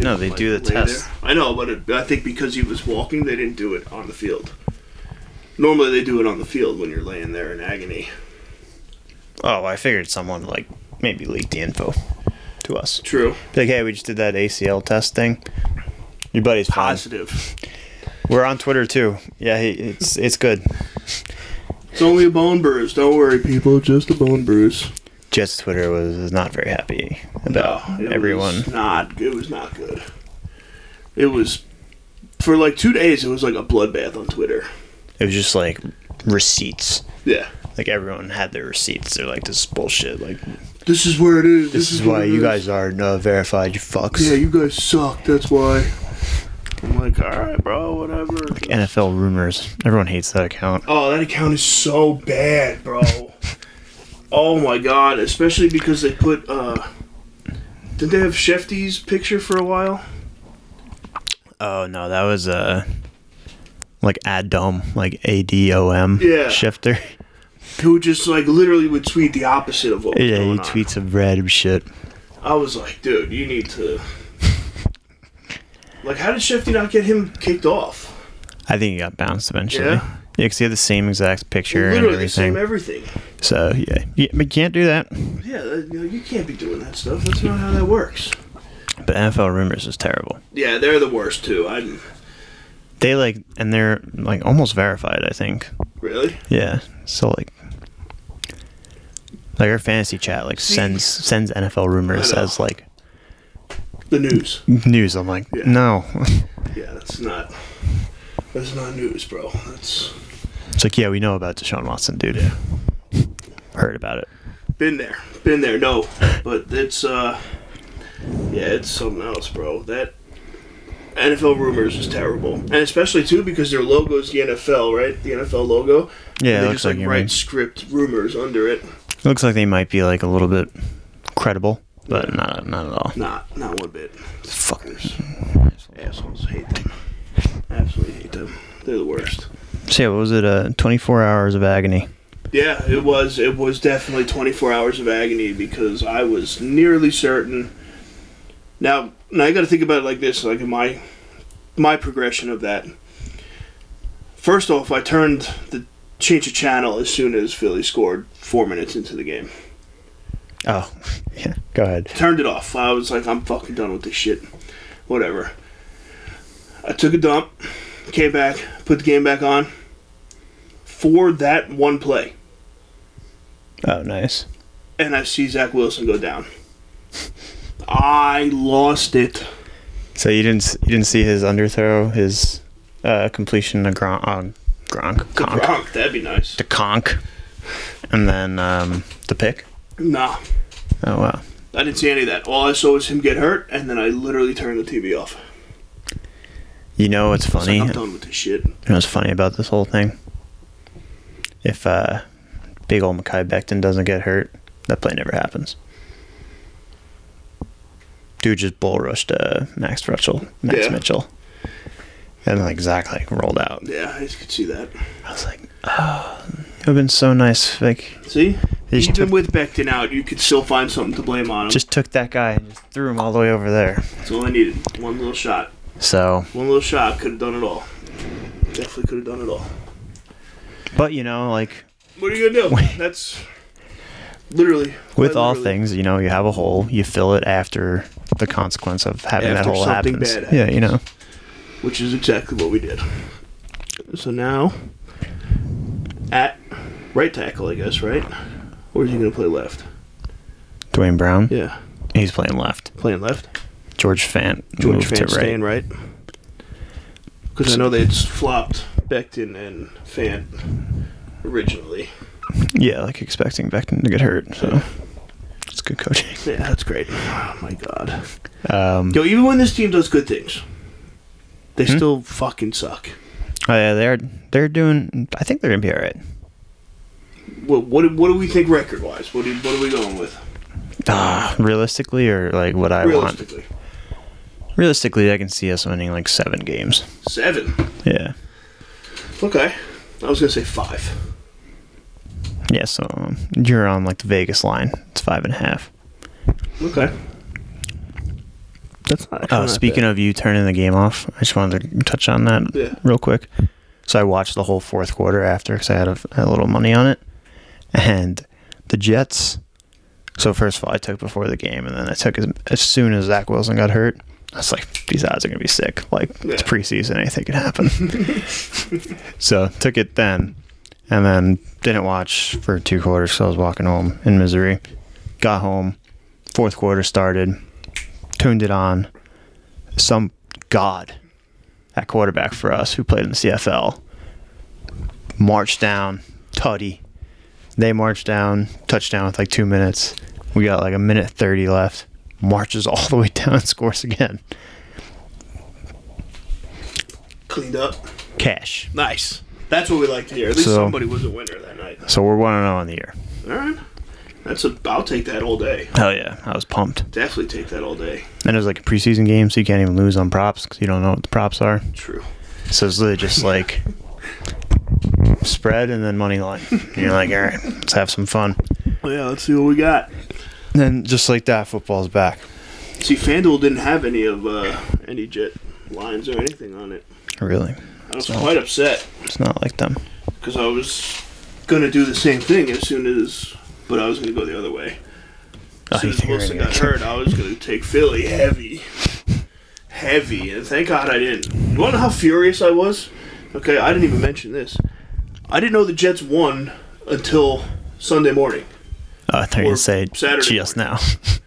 [SPEAKER 2] No, they
[SPEAKER 1] like,
[SPEAKER 2] do the
[SPEAKER 1] lay there.
[SPEAKER 2] test.
[SPEAKER 1] I know, but it, I think because he was walking, they didn't do it on the field. Normally, they do it on the field when you're laying there in agony.
[SPEAKER 2] Oh, I figured someone like maybe leaked the info to us.
[SPEAKER 1] True.
[SPEAKER 2] Like hey, we just did that ACL test thing. Your buddy's fine.
[SPEAKER 1] Positive.
[SPEAKER 2] We're on Twitter too. Yeah, he, it's it's good.
[SPEAKER 1] It's only a bone bruise. Don't worry, people. Just a bone bruise.
[SPEAKER 2] Jets Twitter was not very happy about
[SPEAKER 1] it
[SPEAKER 2] everyone.
[SPEAKER 1] Was not it was not good. It was for like two days. It was like a bloodbath on Twitter.
[SPEAKER 2] It was just like receipts.
[SPEAKER 1] Yeah,
[SPEAKER 2] Like everyone had their receipts. They're like, this is bullshit. Like this,
[SPEAKER 1] this is where it is. This,
[SPEAKER 2] is
[SPEAKER 1] what
[SPEAKER 2] why
[SPEAKER 1] it
[SPEAKER 2] you guys are not verified. You fucks.
[SPEAKER 1] Yeah, you guys suck. That's why. I'm like, all right, bro, whatever.
[SPEAKER 2] NFL rumors. Everyone hates that account.
[SPEAKER 1] Oh, that account is so bad, bro. oh my god, especially because they put uh did they have Shefty's picture for a while?
[SPEAKER 2] Oh no, that was uh like Adom, like A D O M.
[SPEAKER 1] Yeah.
[SPEAKER 2] Shifter.
[SPEAKER 1] Who just like literally would tweet the opposite of what was
[SPEAKER 2] *laughs* Yeah,
[SPEAKER 1] going
[SPEAKER 2] he
[SPEAKER 1] on.
[SPEAKER 2] tweets some random shit.
[SPEAKER 1] I was like, dude, you need to Like how did Shefty not get him kicked off?
[SPEAKER 2] I think he got bounced eventually.
[SPEAKER 1] Yeah?
[SPEAKER 2] Yeah, because he had the same exact picture and
[SPEAKER 1] literally the same
[SPEAKER 2] everything.
[SPEAKER 1] everything.
[SPEAKER 2] so yeah, yeah, but you can't do that.
[SPEAKER 1] Yeah, that, you, know, you can't be doing that stuff. That's not how that works.
[SPEAKER 2] But NFL rumors is terrible.
[SPEAKER 1] Yeah, they're the worst too. I'm
[SPEAKER 2] They like and they're like almost verified. I think.
[SPEAKER 1] really
[SPEAKER 2] Yeah. So like. Like our fantasy chat, like
[SPEAKER 1] See?
[SPEAKER 2] sends sends NFL rumors
[SPEAKER 1] I know.
[SPEAKER 2] as like
[SPEAKER 1] the news.
[SPEAKER 2] news. I'm like,
[SPEAKER 1] Yeah.
[SPEAKER 2] no, *laughs*
[SPEAKER 1] Yeah, that's not that's not news, bro. That's
[SPEAKER 2] it's like yeah, we know about Deshaun Watson, dude. Heard about it.
[SPEAKER 1] been there, been there. No, but it's uh, yeah, it's something else, bro. That NFL rumors is terrible, and especially too because their logo is the NFL, right? The NFL logo.
[SPEAKER 2] Yeah, it
[SPEAKER 1] they
[SPEAKER 2] looks
[SPEAKER 1] just
[SPEAKER 2] like
[SPEAKER 1] like,
[SPEAKER 2] you
[SPEAKER 1] write
[SPEAKER 2] mean.
[SPEAKER 1] script rumors under it.
[SPEAKER 2] Looks like they might be like a little bit credible, but not not at all.
[SPEAKER 1] Not, not one bit.
[SPEAKER 2] Fuckers.
[SPEAKER 1] Assholes hate them. Absolutely hate them. They're the worst.
[SPEAKER 2] So yeah, what was it? Uh, 24 hours of agony.
[SPEAKER 1] Yeah, it was. It was definitely 24 hours of agony because I was nearly certain. Now, now I got to think about it like this, like in my my progression of that. First off, I turned the change of channel as soon as Philly scored four minutes into the game.
[SPEAKER 2] Oh, yeah. Go ahead.
[SPEAKER 1] Turned it off. I was like, I'm fucking done with this shit. Whatever. I took a dump, came back, put the game back on. For that one play,
[SPEAKER 2] Oh, nice.
[SPEAKER 1] and I see Zach Wilson go down. I lost it.
[SPEAKER 2] So you didn't s- you didn't see his underthrow, his uh, completion to Gron- uh, Gronk,
[SPEAKER 1] The
[SPEAKER 2] Conk,
[SPEAKER 1] Gronk, that'd be nice.
[SPEAKER 2] to Conk, and then um, the pick.
[SPEAKER 1] Nah,
[SPEAKER 2] Oh wow.
[SPEAKER 1] I didn't see any of that. All I saw was him get hurt, and then I literally turned the TV off.
[SPEAKER 2] You know what's
[SPEAKER 1] I was like,
[SPEAKER 2] funny?
[SPEAKER 1] I'm done with this shit.
[SPEAKER 2] You know what's funny about this whole thing? If uh, big old Mackay Becton doesn't get hurt, that play never happens. Dude just bull rushed uh, Max Rutschel, Max
[SPEAKER 1] Yeah.
[SPEAKER 2] Mitchell. And like Zach like rolled out.
[SPEAKER 1] Yeah, I could see that.
[SPEAKER 2] I was like, oh, it would have been so nice. Like,
[SPEAKER 1] See,
[SPEAKER 2] They just
[SPEAKER 1] even
[SPEAKER 2] took-
[SPEAKER 1] with Becton out, you could still find something to blame on him.
[SPEAKER 2] just took that guy and just threw him all the way over there.
[SPEAKER 1] That's all I needed. One little shot.
[SPEAKER 2] So,
[SPEAKER 1] One little shot could have done it all. Definitely could have done it all.
[SPEAKER 2] but you know, like
[SPEAKER 1] What are you gonna do? That's literally
[SPEAKER 2] with
[SPEAKER 1] quite
[SPEAKER 2] all
[SPEAKER 1] literally.
[SPEAKER 2] things, you know, you have a hole, you fill it after the consequence of having
[SPEAKER 1] After
[SPEAKER 2] that hole
[SPEAKER 1] something
[SPEAKER 2] happens.
[SPEAKER 1] bad
[SPEAKER 2] Yeah, you know.
[SPEAKER 1] which is exactly what we did. So now, at right tackle, I guess, right? Or is he going to play left?
[SPEAKER 2] Dwayne Brown.
[SPEAKER 1] Yeah,
[SPEAKER 2] He's playing left.
[SPEAKER 1] playing left.
[SPEAKER 2] George Fant
[SPEAKER 1] George
[SPEAKER 2] moved
[SPEAKER 1] Fant
[SPEAKER 2] to right.
[SPEAKER 1] staying right. Because I know they had flopped Becton and Fant originally.
[SPEAKER 2] Yeah, like expecting Beckton to get hurt. So it's good coaching.
[SPEAKER 1] Yeah, that's great. Oh my god.
[SPEAKER 2] Um,
[SPEAKER 1] Yo, even when this team does good things, they still fucking suck.
[SPEAKER 2] oh yeah, they're they're doing. I think they're gonna be all right.
[SPEAKER 1] What what, do- what do we think record wise? What do, what are we going with
[SPEAKER 2] Uh,
[SPEAKER 1] Ah.
[SPEAKER 2] realistically, or like what I want.
[SPEAKER 1] realistically?
[SPEAKER 2] Realistically, I can see us winning like seven games.
[SPEAKER 1] Seven.
[SPEAKER 2] Yeah.
[SPEAKER 1] Okay. I was gonna say five.
[SPEAKER 2] Yeah. So um, you're on like the Vegas line. It's five and a half.
[SPEAKER 1] Okay. That's not.
[SPEAKER 2] Oh, speaking of you turning the game off, I just wanted to touch on that
[SPEAKER 1] Yeah.
[SPEAKER 2] real quick. So I watched the whole fourth quarter after because I had a, a little money on it, and the Jets. So first of all, I took before the game, and then I took as, as soon as Zach Wilson got hurt. I was like, these odds are gonna be sick. Like it's
[SPEAKER 1] Yeah.
[SPEAKER 2] preseason, anything can happen. so took it then, and then didn't watch for two quarters. So I was walking home in misery. Got home, fourth quarter started, tuned it on. Some god at quarterback for us who played in the CFL marched down, tutty. They marched down, touchdown with like two minutes. We got like a minute 30 left. Marches *laughs* all the way down and scores again.
[SPEAKER 1] Cleaned up.
[SPEAKER 2] Cash.
[SPEAKER 1] Nice. That's what we like to hear. At least
[SPEAKER 2] So-
[SPEAKER 1] somebody was a winner that night.
[SPEAKER 2] So we're 1 0 on the year.
[SPEAKER 1] All right. That's a. I'll take that all day.
[SPEAKER 2] Hell yeah. I was pumped.
[SPEAKER 1] Definitely take that all day.
[SPEAKER 2] And it was like a preseason game, so you can't even lose on props because you don't know what the props are.
[SPEAKER 1] True.
[SPEAKER 2] So it's literally just like spread and then money line. And you're like, all right, let's have some fun.
[SPEAKER 1] Well, yeah. Let's see what we got.
[SPEAKER 2] And then just like that, football's back.
[SPEAKER 1] See, FanDuel didn't have any of uh, any jet lines or anything on it.
[SPEAKER 2] Really,
[SPEAKER 1] I was
[SPEAKER 2] So-
[SPEAKER 1] quite upset
[SPEAKER 2] it's not like them.
[SPEAKER 1] because I was gonna do the same thing as soon as, but I was gonna go the other way.
[SPEAKER 2] Oh,
[SPEAKER 1] As soon
[SPEAKER 2] you
[SPEAKER 1] as
[SPEAKER 2] think we're
[SPEAKER 1] Wilson
[SPEAKER 2] gonna
[SPEAKER 1] got hurt, I was gonna take Philly heavy, heavy, and thank God I didn't. You want to know how furious I was? Okay, I didn't even mention this. I didn't know the Jets won until Sunday morning.
[SPEAKER 2] Oh, I thought you were
[SPEAKER 1] Or
[SPEAKER 2] gonna say
[SPEAKER 1] Saturday
[SPEAKER 2] just now. *laughs*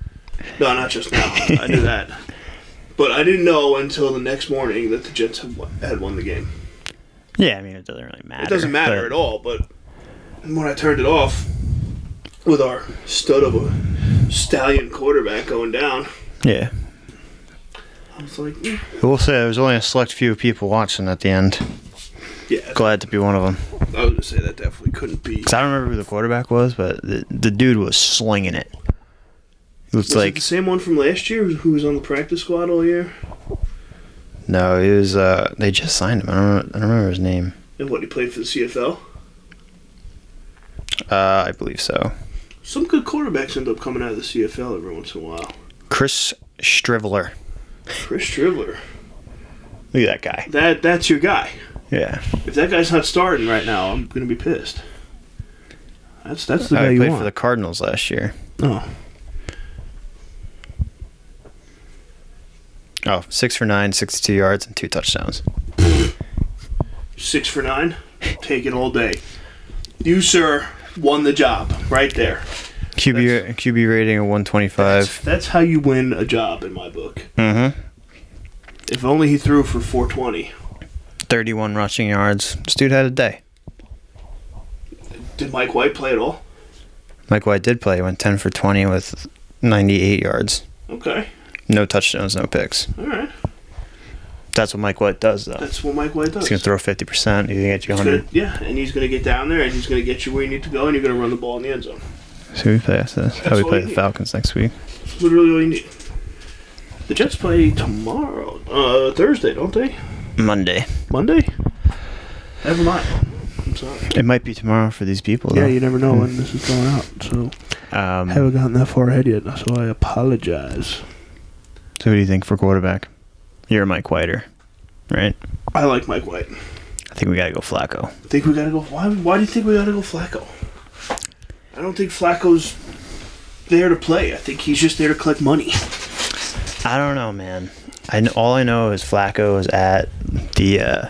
[SPEAKER 1] No, not just now. I knew that. But I didn't know until the next morning that the Jets had won, had won the game.
[SPEAKER 2] yeah, I mean it doesn't really matter.
[SPEAKER 1] It doesn't matter
[SPEAKER 2] but
[SPEAKER 1] at all, but when I turned it off with our stud of a stallion quarterback going down,
[SPEAKER 2] Yeah,
[SPEAKER 1] I was like, eh.
[SPEAKER 2] I will say there was only a select few people watching at the end.
[SPEAKER 1] yeah,
[SPEAKER 2] Glad to be one of them.
[SPEAKER 1] I was going to say that definitely couldn't be.
[SPEAKER 2] Cause I don't remember who the quarterback was, but the, the dude was slinging it. It was,
[SPEAKER 1] Was it
[SPEAKER 2] like
[SPEAKER 1] the same one from last year who was on the practice squad all year?
[SPEAKER 2] no, it was. uh They just signed him. I don't. Remember, I don't remember his name.
[SPEAKER 1] And what, he played for the CFL?
[SPEAKER 2] Uh, I believe so.
[SPEAKER 1] Some good quarterbacks end up coming out of the CFL every once in a while.
[SPEAKER 2] Chris Strivler.
[SPEAKER 1] Chris Dribbler.
[SPEAKER 2] Look at that guy.
[SPEAKER 1] That, that's your guy.
[SPEAKER 2] Yeah.
[SPEAKER 1] If that guy's not starting right now, I'm gonna be pissed. That's that's the
[SPEAKER 2] Oh,
[SPEAKER 1] guy
[SPEAKER 2] he
[SPEAKER 1] you
[SPEAKER 2] played
[SPEAKER 1] want.
[SPEAKER 2] for the Cardinals last year.
[SPEAKER 1] oh,
[SPEAKER 2] Oh, six for nine, 62 yards, and two touchdowns.
[SPEAKER 1] six for nine, take it all day. You sir won the job right there.
[SPEAKER 2] QB QB rating of 125.
[SPEAKER 1] That's how you win a job in my book.
[SPEAKER 2] Mm-hmm.
[SPEAKER 1] If only he threw for 420.
[SPEAKER 2] 31 rushing yards. This dude had a day.
[SPEAKER 1] Did Mike White play at all?
[SPEAKER 2] Mike White did play. He went 10 for 20 with 98 yards.
[SPEAKER 1] Okay,
[SPEAKER 2] No touchdowns, no picks.
[SPEAKER 1] all right.
[SPEAKER 2] That's what Mike White does, though.
[SPEAKER 1] That's what Mike White does.
[SPEAKER 2] He's going to throw 50%. He's going to get you
[SPEAKER 1] He's gonna-
[SPEAKER 2] 100.
[SPEAKER 1] yeah, and he's gonna get down there and he's gonna get you where you need to go and you're gonna run the ball in the end zone.
[SPEAKER 2] So we play, that's how we
[SPEAKER 1] all
[SPEAKER 2] play
[SPEAKER 1] you
[SPEAKER 2] the
[SPEAKER 1] need.
[SPEAKER 2] Falcons next week.
[SPEAKER 1] That's literally all you need. The Jets play tomorrow, uh, Thursday, don't they?
[SPEAKER 2] Monday.
[SPEAKER 1] Monday? Never mind. I'm sorry.
[SPEAKER 2] It might be tomorrow for these people, though.
[SPEAKER 1] Yeah, you never know when this is going out, so I
[SPEAKER 2] Um,
[SPEAKER 1] haven't gotten that far ahead yet, so I apologize.
[SPEAKER 2] so who do you think for quarterback? You're a Mike Whiter, right?
[SPEAKER 1] I like Mike White.
[SPEAKER 2] I think we got to go Flacco.
[SPEAKER 1] Think we gotta go? Why? Why do you think we gotta go Flacco? I don't think Flacco's there to play. I think he's just there to collect money. *laughs*
[SPEAKER 2] I don't know, man. I kn- all I know is Flacco was at the uh,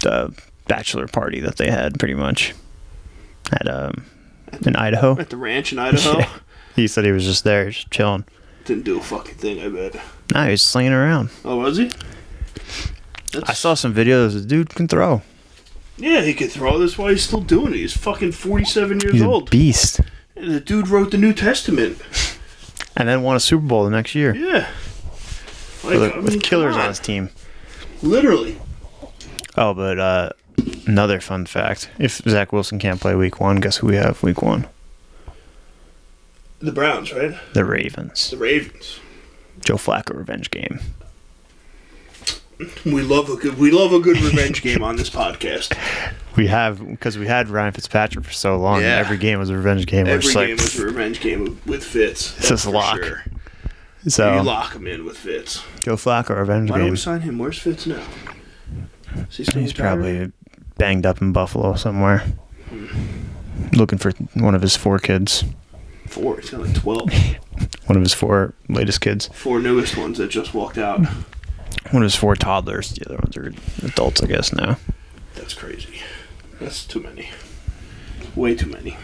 [SPEAKER 2] the bachelor party that they had, pretty much at um in Idaho.
[SPEAKER 1] At the ranch in Idaho,
[SPEAKER 2] *laughs* Yeah. He said he was just there, just chilling.
[SPEAKER 1] didn't do a fucking thing. I bet.
[SPEAKER 2] Nah, he was slinging around.
[SPEAKER 1] Oh, was he? That's,
[SPEAKER 2] I saw some videos. The dude can throw.
[SPEAKER 1] Yeah, he could throw. That's why he's still doing it. He's fucking forty-seven years
[SPEAKER 2] He's a
[SPEAKER 1] old.
[SPEAKER 2] beast.
[SPEAKER 1] the dude wrote the New Testament.
[SPEAKER 2] And then won a Super Bowl the next year
[SPEAKER 1] Yeah. Like,
[SPEAKER 2] with,
[SPEAKER 1] I
[SPEAKER 2] with
[SPEAKER 1] mean,
[SPEAKER 2] killers
[SPEAKER 1] come
[SPEAKER 2] on his team.
[SPEAKER 1] Literally.
[SPEAKER 2] Oh, but uh, another fun fact: if Zach Wilson can't play Week One, guess who we have Week One?
[SPEAKER 1] The Browns, right?
[SPEAKER 2] The Ravens.
[SPEAKER 1] The Ravens.
[SPEAKER 2] Joe Flacco revenge game.
[SPEAKER 1] We love a good we love a good
[SPEAKER 2] *laughs*
[SPEAKER 1] revenge game on this podcast.
[SPEAKER 2] We have because we had Ryan Fitzpatrick for so long.
[SPEAKER 1] Yeah.
[SPEAKER 2] and Every game was a revenge game. We're
[SPEAKER 1] Every
[SPEAKER 2] just
[SPEAKER 1] game
[SPEAKER 2] like,
[SPEAKER 1] was a revenge game with Fitz.
[SPEAKER 2] This is
[SPEAKER 1] for
[SPEAKER 2] lock.
[SPEAKER 1] sure. You
[SPEAKER 2] so
[SPEAKER 1] lock him in with Fitz.
[SPEAKER 2] Joe Flacco revenge
[SPEAKER 1] Why don't
[SPEAKER 2] game.
[SPEAKER 1] we sign him? Where's Fitz now? Is he still
[SPEAKER 2] He's
[SPEAKER 1] retired?
[SPEAKER 2] probably banged up in Buffalo somewhere, looking for one of his four kids,
[SPEAKER 1] four. He's got like
[SPEAKER 2] *laughs*
[SPEAKER 1] twelve.
[SPEAKER 2] one of his four latest kids,
[SPEAKER 1] Four newest ones that just walked out.
[SPEAKER 2] one of his four toddlers. The other ones are adults, I guess now.
[SPEAKER 1] That's crazy. That's too many. Way too many.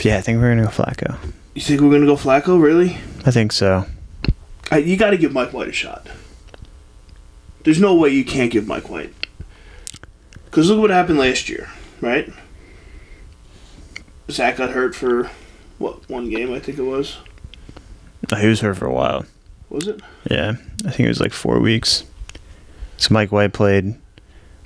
[SPEAKER 2] Yeah, I think we're gonna go Flacco.
[SPEAKER 1] You think we're gonna go Flacco? Really?
[SPEAKER 2] I think so.
[SPEAKER 1] I, you got to give Mike White a shot. There's no way you can't give Mike White. Because look what happened last year, right? Zach got hurt for what one game? I think it was.
[SPEAKER 2] Oh, He was hurt for a while.
[SPEAKER 1] Was it?
[SPEAKER 2] Yeah, I think it was like four weeks. So Mike White played.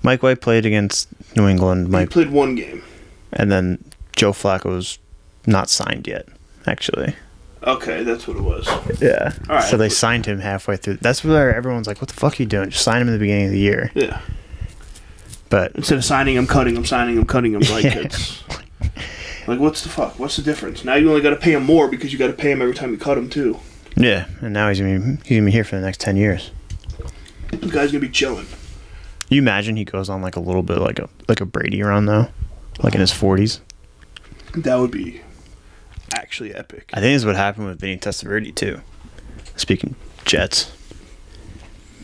[SPEAKER 2] Mike White played against New England.
[SPEAKER 1] He
[SPEAKER 2] Mike,
[SPEAKER 1] played one game.
[SPEAKER 2] and then Joe Flacco's not signed yet. Actually,
[SPEAKER 1] Okay, that's what it was.
[SPEAKER 2] yeah.
[SPEAKER 1] All
[SPEAKER 2] So they
[SPEAKER 1] right.
[SPEAKER 2] signed him halfway through. That's where everyone's like, "What the fuck are you doing? Just sign him at the beginning of the year."
[SPEAKER 1] Yeah.
[SPEAKER 2] But
[SPEAKER 1] Instead of signing him, cutting him, signing him, cutting him, like
[SPEAKER 2] *laughs* Yeah.
[SPEAKER 1] it's like what's the fuck? What's the difference? Now you only got to pay him more because you got to pay him every time you cut him too.
[SPEAKER 2] yeah, and now he's gonna be, he's gonna be here for the next ten years.
[SPEAKER 1] The guy's gonna be chilling.
[SPEAKER 2] You imagine he goes on like a little bit like a like a Brady run though, like in his forties.
[SPEAKER 1] That would be actually epic.
[SPEAKER 2] I think this is what happened with Vinny Testaverde too. Speaking Jets,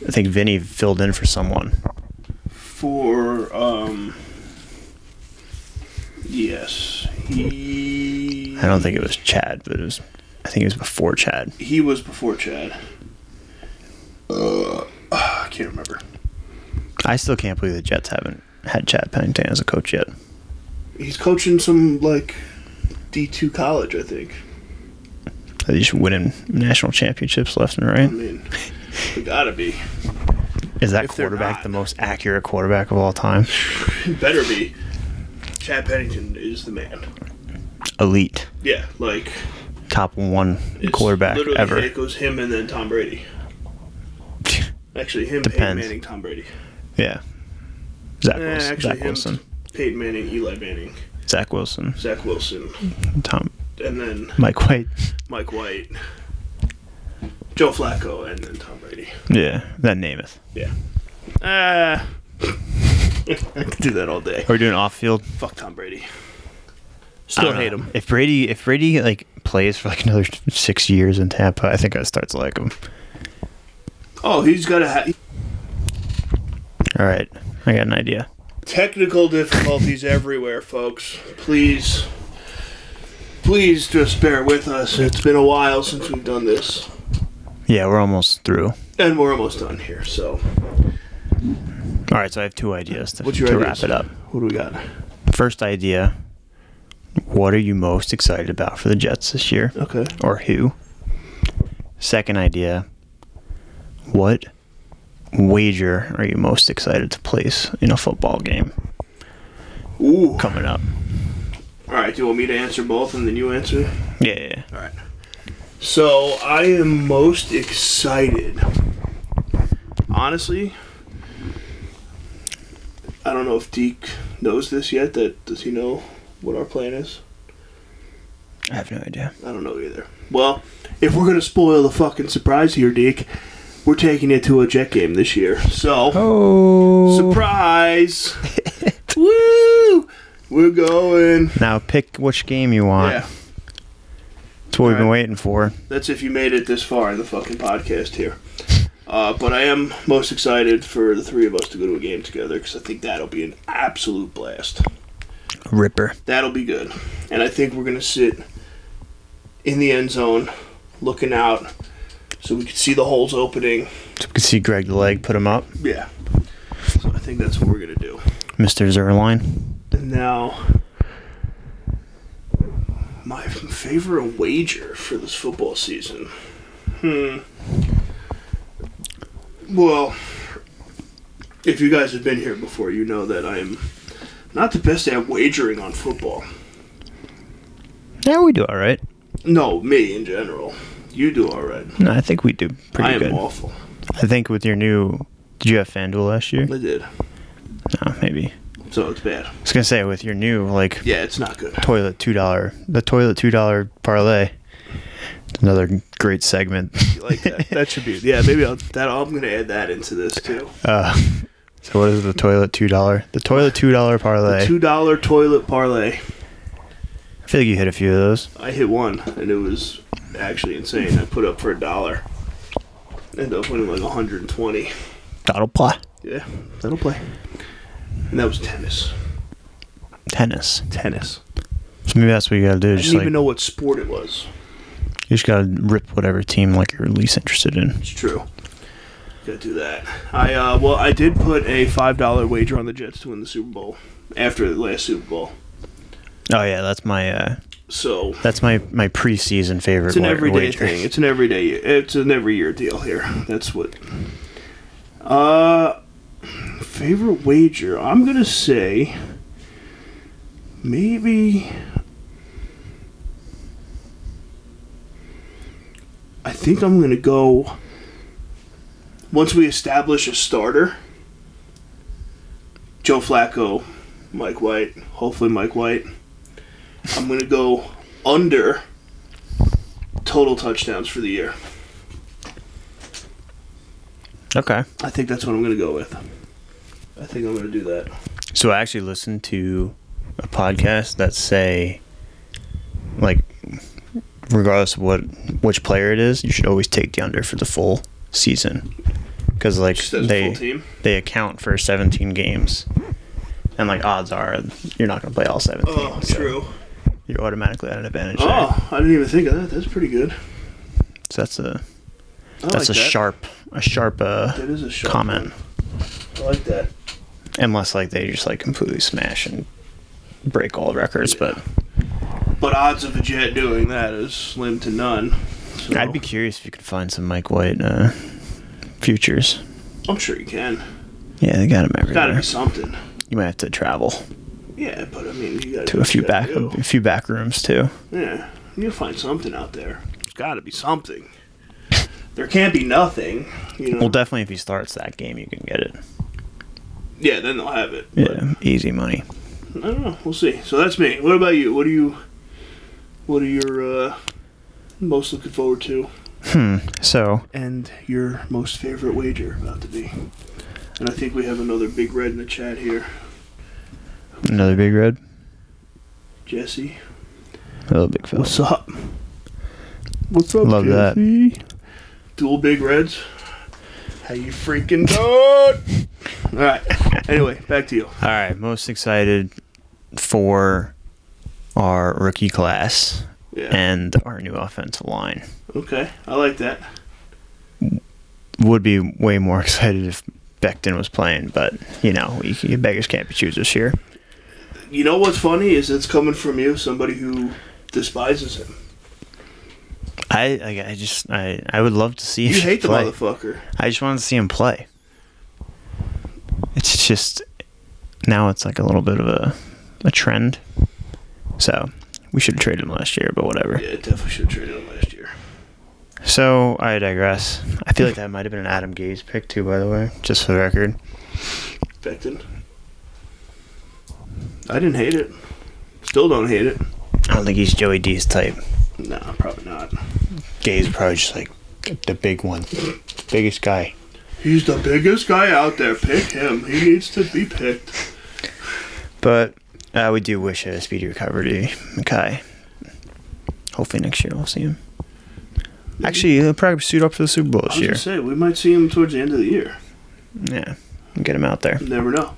[SPEAKER 2] I think Vinny filled in for someone.
[SPEAKER 1] for um yes he
[SPEAKER 2] I don't think it was Chad, but it was. I think it was before Chad.
[SPEAKER 1] he was before chad uh, i can't remember
[SPEAKER 2] I still can't believe the Jets haven't had Chad Pennington as a coach yet.
[SPEAKER 1] he's coaching some like d2 college i think
[SPEAKER 2] They just winning national championships left and
[SPEAKER 1] i
[SPEAKER 2] right.
[SPEAKER 1] mean *laughs* we gotta be *laughs*
[SPEAKER 2] Is that
[SPEAKER 1] If they're
[SPEAKER 2] quarterback
[SPEAKER 1] not-
[SPEAKER 2] the most accurate quarterback of all time?
[SPEAKER 1] He better be chad pennington is the man
[SPEAKER 2] Elite,
[SPEAKER 1] yeah like
[SPEAKER 2] top one
[SPEAKER 1] it's
[SPEAKER 2] quarterback
[SPEAKER 1] literally-
[SPEAKER 2] ever.
[SPEAKER 1] it goes him and then tom brady actually him peyton
[SPEAKER 2] Depends.
[SPEAKER 1] manning tom brady
[SPEAKER 2] *laughs* yeah, Zach
[SPEAKER 1] Eh,
[SPEAKER 2] Wilson.
[SPEAKER 1] actually
[SPEAKER 2] Zach
[SPEAKER 1] him.
[SPEAKER 2] Wilson.
[SPEAKER 1] peyton manning eli manning
[SPEAKER 2] Zach Wilson.
[SPEAKER 1] zach wilson
[SPEAKER 2] Tom.
[SPEAKER 1] and then
[SPEAKER 2] Mike White. *laughs*
[SPEAKER 1] Mike White, Joe Flacco, and then Tom Brady.
[SPEAKER 2] Yeah, that Namath.
[SPEAKER 1] Yeah. Uh, *laughs* I could do that all day.
[SPEAKER 2] Are we doing off field?
[SPEAKER 1] Fuck Tom Brady.
[SPEAKER 2] I
[SPEAKER 1] Still
[SPEAKER 2] don't
[SPEAKER 1] hate
[SPEAKER 2] know.
[SPEAKER 1] him.
[SPEAKER 2] If Brady, if Brady like plays for like another six years in Tampa, I think I start to like him.
[SPEAKER 1] Oh, he's got a ha-
[SPEAKER 2] All right, I got an idea.
[SPEAKER 1] technical difficulties everywhere, folks. Please, please just bear with us. It's been a while since we've done this,
[SPEAKER 2] Yeah, we're almost through.
[SPEAKER 1] and we're almost done here. So,
[SPEAKER 2] All right, so I have two ideas to,
[SPEAKER 1] What's your
[SPEAKER 2] to
[SPEAKER 1] ideas?
[SPEAKER 2] wrap it up.
[SPEAKER 1] what do we got?
[SPEAKER 2] First idea: What are you most excited about for the Jets this year,
[SPEAKER 1] Okay.
[SPEAKER 2] or who? Second idea: What wager are you most excited to place in a football game
[SPEAKER 1] Ooh.
[SPEAKER 2] coming up?
[SPEAKER 1] All right. Do you want me to answer both, and then you answer?
[SPEAKER 2] Yeah, yeah, yeah.
[SPEAKER 1] All right. So I am most excited. Honestly, I don't know if Deke knows this yet. That does he know what our plan is?
[SPEAKER 2] I have no idea.
[SPEAKER 1] I don't know either. Well, if we're gonna spoil the fucking surprise here, Deke, we're taking it to a jet game this year. So
[SPEAKER 2] Oh,
[SPEAKER 1] surprise! Woo! We're going.
[SPEAKER 2] *laughs* Now pick which game you want.
[SPEAKER 1] Yeah,
[SPEAKER 2] That's what we've been
[SPEAKER 1] Alright.
[SPEAKER 2] waiting for.
[SPEAKER 1] that's if you made it this far in the fucking podcast here. Uh, but I am most excited for the three of us to go to a game together because I think that'll be an absolute blast.
[SPEAKER 2] Ripper.
[SPEAKER 1] That'll be good. And I think we're going to sit in the end zone looking out so we can see the holes opening.
[SPEAKER 2] So we can see Greg the leg put him up.
[SPEAKER 1] Yeah. So I think that's what we're going to do.
[SPEAKER 2] Mr. Zerline.
[SPEAKER 1] And now, my favorite wager for this football season. Hmm. Well, if you guys have been here before, you know that I am not the best at wagering on football.
[SPEAKER 2] Yeah, we do all right.
[SPEAKER 1] No, me in general. You do all right.
[SPEAKER 2] No, I think we do pretty
[SPEAKER 1] I am
[SPEAKER 2] good.
[SPEAKER 1] awful.
[SPEAKER 2] I think with your new, did you have FanDuel last year?
[SPEAKER 1] I did.
[SPEAKER 2] No, maybe.
[SPEAKER 1] So it's bad.
[SPEAKER 2] I was gonna say with your new like
[SPEAKER 1] Yeah, it's not good.
[SPEAKER 2] toilet two dollar, the toilet two dollar parlay. Another great segment.
[SPEAKER 1] *laughs* *laughs* You like that? that should be. Yeah, maybe I'll, that I'm gonna add that into this too.
[SPEAKER 2] Uh, so what is the toilet two dollar? The toilet two dollar parlay.
[SPEAKER 1] Two dollar toilet parlay.
[SPEAKER 2] I feel like you hit a few of those.
[SPEAKER 1] I hit one, and it was actually insane. I put up for a dollar. Ended up winning like 120.
[SPEAKER 2] That'll play.
[SPEAKER 1] Yeah, that'll play. And that was tennis.
[SPEAKER 2] tennis.
[SPEAKER 1] Tennis.
[SPEAKER 2] So maybe that's what you gotta do.
[SPEAKER 1] I
[SPEAKER 2] Just
[SPEAKER 1] didn't
[SPEAKER 2] like
[SPEAKER 1] even know what sport it was.
[SPEAKER 2] you just gotta rip whatever team like you're least interested in.
[SPEAKER 1] It's true. Gotta do that. I uh, well, I did put a five dollar wager on the Jets to win the Super Bowl after the last Super Bowl.
[SPEAKER 2] Oh yeah, that's my uh,
[SPEAKER 1] So
[SPEAKER 2] that's my my preseason favorite.
[SPEAKER 1] it's an
[SPEAKER 2] wa-
[SPEAKER 1] everyday
[SPEAKER 2] wager.
[SPEAKER 1] thing. It's an everyday. It's an every year deal here. That's what. Uh, favorite wager. I'm gonna say maybe. I think I'm gonna go. Once we establish a starter, Joe Flacco, Mike White. Hopefully, Mike White. I'm gonna go under total touchdowns for the year.
[SPEAKER 2] Okay.
[SPEAKER 1] I think that's what I'm going to go with. I think I'm going to do that.
[SPEAKER 2] So I actually listened to a podcast that say, like, regardless of what which player it is, you should always take the under for the full season, because like
[SPEAKER 1] Just as a full
[SPEAKER 2] they
[SPEAKER 1] team.
[SPEAKER 2] they account for 17 games, and like odds are you're not gonna play all 17.
[SPEAKER 1] Oh,
[SPEAKER 2] so
[SPEAKER 1] true.
[SPEAKER 2] You're automatically at an advantage. there.
[SPEAKER 1] Oh, I didn't even think of that. That's pretty good.
[SPEAKER 2] So that's a
[SPEAKER 1] I
[SPEAKER 2] that's
[SPEAKER 1] like
[SPEAKER 2] a
[SPEAKER 1] that.
[SPEAKER 2] sharp a sharp uh,
[SPEAKER 1] That is a sharp
[SPEAKER 2] comment.
[SPEAKER 1] one. I like that.
[SPEAKER 2] Unless like they just like completely smash and break all records, but.
[SPEAKER 1] But odds of a Jet doing that is slim to none. So
[SPEAKER 2] I'd be curious if you could find some Mike White uh, futures.
[SPEAKER 1] I'm sure you can.
[SPEAKER 2] Yeah, they got him
[SPEAKER 1] Got to
[SPEAKER 2] everywhere.
[SPEAKER 1] be something.
[SPEAKER 2] You might have to travel
[SPEAKER 1] Yeah, but I mean, you got
[SPEAKER 2] to a few back a few back rooms too.
[SPEAKER 1] Yeah, you'll find something out there. There's got to be something. There can't be nothing. You know.
[SPEAKER 2] Well, definitely if he starts that game, you can get it.
[SPEAKER 1] yeah, then they'll have it. but-
[SPEAKER 2] Yeah, easy money.
[SPEAKER 1] I don't know. We'll see. So that's me. What about you? What do you? What are your uh, most looking forward to?
[SPEAKER 2] Hmm. So
[SPEAKER 1] And your most favorite wager about to be? And I think we have another big red in the chat here,
[SPEAKER 2] another big red,
[SPEAKER 1] Jesse.
[SPEAKER 2] little big fella.
[SPEAKER 1] What's up? What's up,
[SPEAKER 2] Love that.
[SPEAKER 1] Jesse? Dual big reds. How you freaking doing? *laughs* All right. Anyway, back to you.
[SPEAKER 2] All right, most excited for our rookie class
[SPEAKER 1] Yeah.
[SPEAKER 2] and our new offensive line.
[SPEAKER 1] Okay. I like that.
[SPEAKER 2] Would be way more *laughs* excited if Becton was playing, but you know, we, beggars can't be choosers here.
[SPEAKER 1] You know what's funny is it's coming from you, somebody who despises him.
[SPEAKER 2] I, I, I just I, I would love to see
[SPEAKER 1] You
[SPEAKER 2] him
[SPEAKER 1] hate the
[SPEAKER 2] play.
[SPEAKER 1] motherfucker.
[SPEAKER 2] I just wanted to see him play. It's just now it's like a little bit of a a trend. So we should have traded him last year, but whatever.
[SPEAKER 1] Yeah, it definitely should have traded him last year.
[SPEAKER 2] So I digress. I feel like that might have been an Adam Gaze pick too, by the way, just for the record.
[SPEAKER 1] Becton. I didn't hate it. Still don't hate it.
[SPEAKER 2] I don't think he's Joey D's type.
[SPEAKER 1] No, probably not.
[SPEAKER 2] Gaze probably just like the big one, biggest guy.
[SPEAKER 1] He's the biggest guy out there. Pick him. He needs to be picked.
[SPEAKER 2] But uh, we do wish a speedy recovery to Mackay. Hopefully next year we'll see him. Actually, he'll probably suit up for the Super Bowl
[SPEAKER 1] I
[SPEAKER 2] this
[SPEAKER 1] was
[SPEAKER 2] year.
[SPEAKER 1] gonna say we might see him towards the end of the year.
[SPEAKER 2] Yeah, get him out there.
[SPEAKER 1] You never know.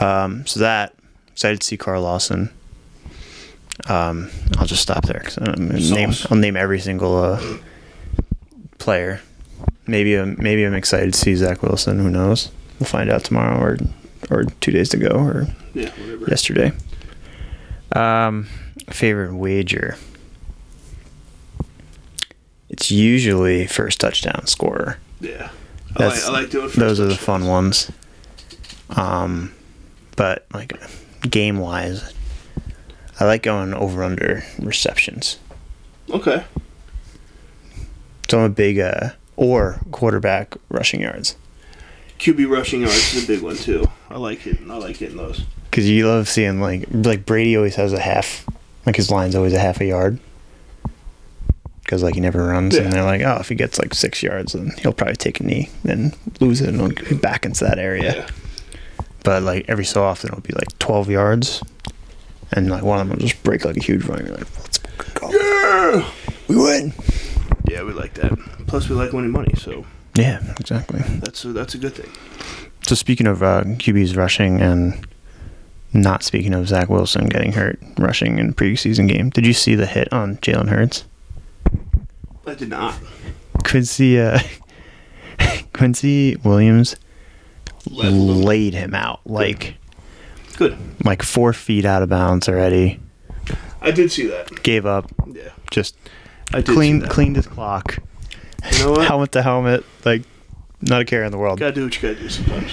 [SPEAKER 2] Um, so that excited to see Carl Lawson. Um, I'll just stop there because name
[SPEAKER 1] Sauce.
[SPEAKER 2] I'll name every single uh, player. Maybe I'm, maybe I'm excited to see Zach Wilson. Who knows? We'll find out tomorrow or or two days ago or
[SPEAKER 1] Yeah, whatever.
[SPEAKER 2] yesterday. Um, favorite wager. It's usually first touchdown scorer.
[SPEAKER 1] Yeah. I like,
[SPEAKER 2] That's-
[SPEAKER 1] I like doing first
[SPEAKER 2] Those are the
[SPEAKER 1] touch.
[SPEAKER 2] fun ones. Um, but like game wise, I like going over under receptions.
[SPEAKER 1] Okay.
[SPEAKER 2] So I'm a big uh, or quarterback rushing yards
[SPEAKER 1] QB rushing yards is a big one too. I like it. I like hitting those.
[SPEAKER 2] because you love seeing like like Brady always has a half, like his line's always a half a yard. Because like he never runs,
[SPEAKER 1] Yeah.
[SPEAKER 2] and they're like, oh, if he gets like six yards, then he'll probably take a knee, then lose it, and he'll be back into that area. but like every so often it'll be like 12 yards and like one of them will just break like a huge run you're like let's fucking go
[SPEAKER 1] Yeah.
[SPEAKER 2] we win
[SPEAKER 1] Yeah, we like that. Plus, we like winning money, so
[SPEAKER 2] yeah exactly
[SPEAKER 1] that's a, that's a good thing.
[SPEAKER 2] so speaking of uh, qb's rushing and Not speaking of Zach Wilson getting hurt rushing in preseason game. Did you see the hit on Jalen Hurts?
[SPEAKER 1] I did not.
[SPEAKER 2] Quincy uh, *laughs* Quincy Williams
[SPEAKER 1] Let alone-
[SPEAKER 2] laid him out like
[SPEAKER 1] Good.
[SPEAKER 2] like four feet out of bounds already.
[SPEAKER 1] I did see that.
[SPEAKER 2] Gave up.
[SPEAKER 1] Yeah.
[SPEAKER 2] Just
[SPEAKER 1] I did see
[SPEAKER 2] cleaned
[SPEAKER 1] that.
[SPEAKER 2] cleaned his clock.
[SPEAKER 1] You know what?
[SPEAKER 2] helmet to helmet. Like not a care in the world.
[SPEAKER 1] gotta do what you gotta do sometimes.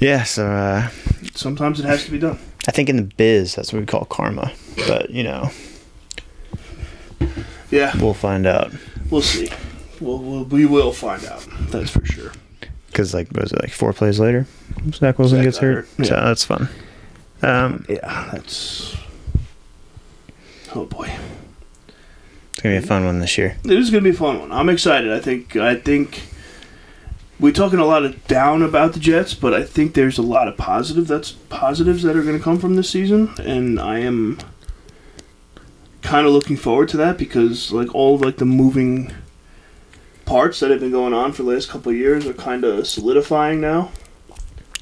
[SPEAKER 2] Yeah. So uh,
[SPEAKER 1] Sometimes it has to be done.
[SPEAKER 2] I think in the biz that's what we call karma. But you know
[SPEAKER 1] Yeah,
[SPEAKER 2] we'll find out.
[SPEAKER 1] we'll see. We'll, we'll, we will find out. That's for sure.
[SPEAKER 2] Because like what was it like four plays later, Zach Wilson
[SPEAKER 1] Zach
[SPEAKER 2] gets
[SPEAKER 1] got
[SPEAKER 2] hurt.
[SPEAKER 1] hurt.
[SPEAKER 2] So
[SPEAKER 1] Yeah.
[SPEAKER 2] that's fun. Um,
[SPEAKER 1] Yeah, that's. Oh boy,
[SPEAKER 2] it's gonna be a fun one this year.
[SPEAKER 1] this is gonna be a fun one. I'm excited. I think. I think. We're talking a lot of down about the Jets, but I think there's a lot of positive. That's positives that are going to come from this season, and I am kind of looking forward to that because like all of like the moving parts that have been going on for the last couple of years are kind of solidifying now.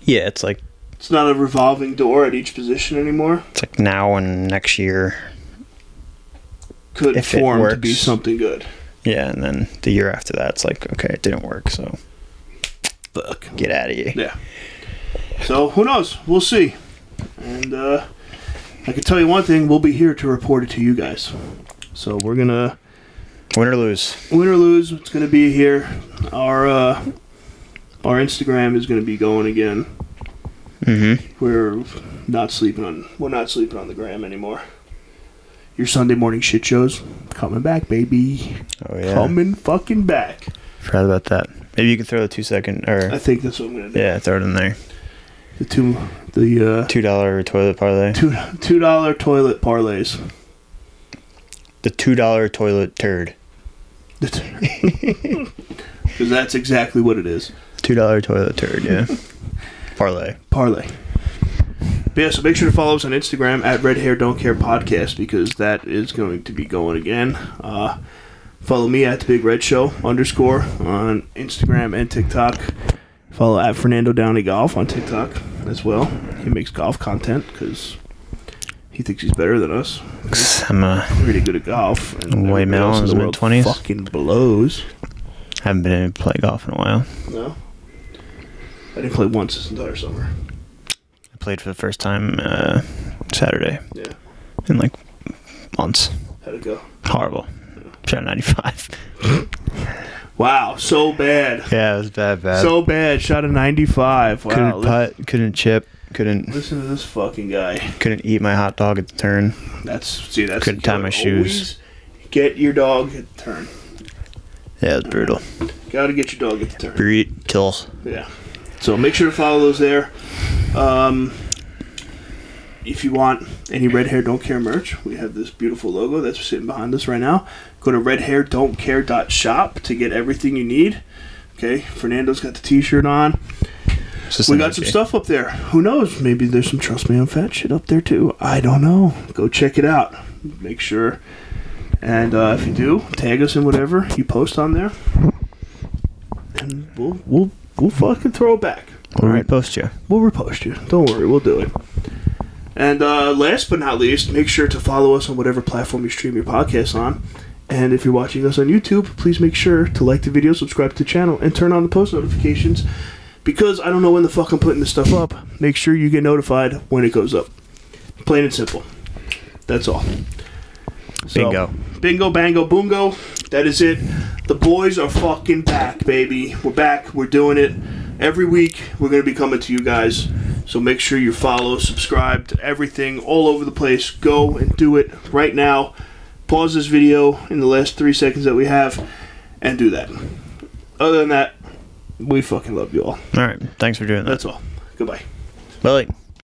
[SPEAKER 2] Yeah, it's like
[SPEAKER 1] It's not a revolving door at each position anymore.
[SPEAKER 2] it's like now and next year.
[SPEAKER 1] Could
[SPEAKER 2] If it
[SPEAKER 1] form to
[SPEAKER 2] works.
[SPEAKER 1] be something good.
[SPEAKER 2] Yeah, and then the year after that, it's like okay, it didn't work, so
[SPEAKER 1] Fuck.
[SPEAKER 2] get out of here.
[SPEAKER 1] Yeah. So who knows? We'll see. And uh, I can tell you one thing: we'll be here to report it to you guys. So we're gonna
[SPEAKER 2] Win or lose.
[SPEAKER 1] win or lose. It's gonna be here. Our uh, our Instagram is gonna be going again.
[SPEAKER 2] Mm-hmm.
[SPEAKER 1] We're not sleeping on we're not sleeping on the gram anymore. Your Sunday morning shit shows coming back, baby.
[SPEAKER 2] Oh yeah.
[SPEAKER 1] Coming fucking back.
[SPEAKER 2] Forgot about that. Maybe you can throw the two second
[SPEAKER 1] I
[SPEAKER 2] or
[SPEAKER 1] think that's what I'm gonna do.
[SPEAKER 2] yeah, throw it in there.
[SPEAKER 1] The two the uh,
[SPEAKER 2] Two dollar toilet parlay.
[SPEAKER 1] two two dollar toilet parlays.
[SPEAKER 2] The two dollar toilet turd.
[SPEAKER 1] Because that's exactly what it is.
[SPEAKER 2] Two dollar toilet turd. *laughs* Yeah. parlay.
[SPEAKER 1] Parlay. But yeah, so make sure to follow us on Instagram at Red Hair Don't Care Podcast because that is going to be going again. Uh, follow me at the Big Red Show underscore on Instagram and TikTok. Follow at Fernando Downey Golf on TikTok as well. He makes golf content because he thinks he's better than us.
[SPEAKER 2] I'm uh,
[SPEAKER 1] Really good at golf. And everybody else
[SPEAKER 2] Way
[SPEAKER 1] in
[SPEAKER 2] Mellon's
[SPEAKER 1] the world
[SPEAKER 2] mid-twenties.
[SPEAKER 1] Fucking blows.
[SPEAKER 2] haven't been able to play golf in a while.
[SPEAKER 1] No. I didn't play once this entire summer.
[SPEAKER 2] I played for the first time uh, Saturday
[SPEAKER 1] Yeah.
[SPEAKER 2] in like months.
[SPEAKER 1] How'd it go?
[SPEAKER 2] Horrible. Shot *laughs* 95.
[SPEAKER 1] Wow, so bad.
[SPEAKER 2] Yeah, it was bad, bad.
[SPEAKER 1] So bad. Shot a 95. Wow.
[SPEAKER 2] couldn't
[SPEAKER 1] li-
[SPEAKER 2] putt, couldn't chip, couldn't
[SPEAKER 1] Listen to this fucking guy.
[SPEAKER 2] couldn't eat my hot dog at the turn.
[SPEAKER 1] That's see that's
[SPEAKER 2] Couldn't tie my
[SPEAKER 1] always
[SPEAKER 2] shoes.
[SPEAKER 1] Get your dog at the turn.
[SPEAKER 2] Yeah, it was brutal.
[SPEAKER 1] Got to get your dog at the turn.
[SPEAKER 2] Brutal.
[SPEAKER 1] Yeah. So make sure to follow those there. Um, if you want any red hair don't care merch, we have this beautiful logo that's sitting behind us right now. Go to redhairdon'tcare.shop to get everything you need. Okay, Fernando's got the t-shirt on.
[SPEAKER 2] It's just
[SPEAKER 1] We
[SPEAKER 2] an
[SPEAKER 1] got some
[SPEAKER 2] energy.
[SPEAKER 1] stuff up there. Who knows? Maybe there's some trust me on fat shit up there too. I don't know. Go check it out. Make sure. And uh, if you do, tag us in whatever you post on there, and we'll we'll we'll fucking throw it back.
[SPEAKER 2] We'll
[SPEAKER 1] All right.
[SPEAKER 2] repost you.
[SPEAKER 1] We'll repost you. Don't worry, we'll do it. And uh, last but not least, make sure to follow us on whatever platform you stream your podcast on. And if you're watching us on YouTube, please make sure to like the video, subscribe to the channel, and turn on the post notifications. Because I don't know when the fuck I'm putting this stuff up. Make sure you get notified when it goes up. Plain and simple. That's all. So,
[SPEAKER 2] Bingo.
[SPEAKER 1] Bingo, bango, boongo. That is it. The boys are fucking back, baby. We're back. We're doing it. Every week, we're going to be coming to you guys. So make sure you follow, subscribe to everything all over the place. Go and do it right now. Pause this video in the last three seconds that we have and do that. Other than that, we fucking love you all.
[SPEAKER 2] All right. Thanks for doing that.
[SPEAKER 1] That's all. Goodbye.
[SPEAKER 2] Bye.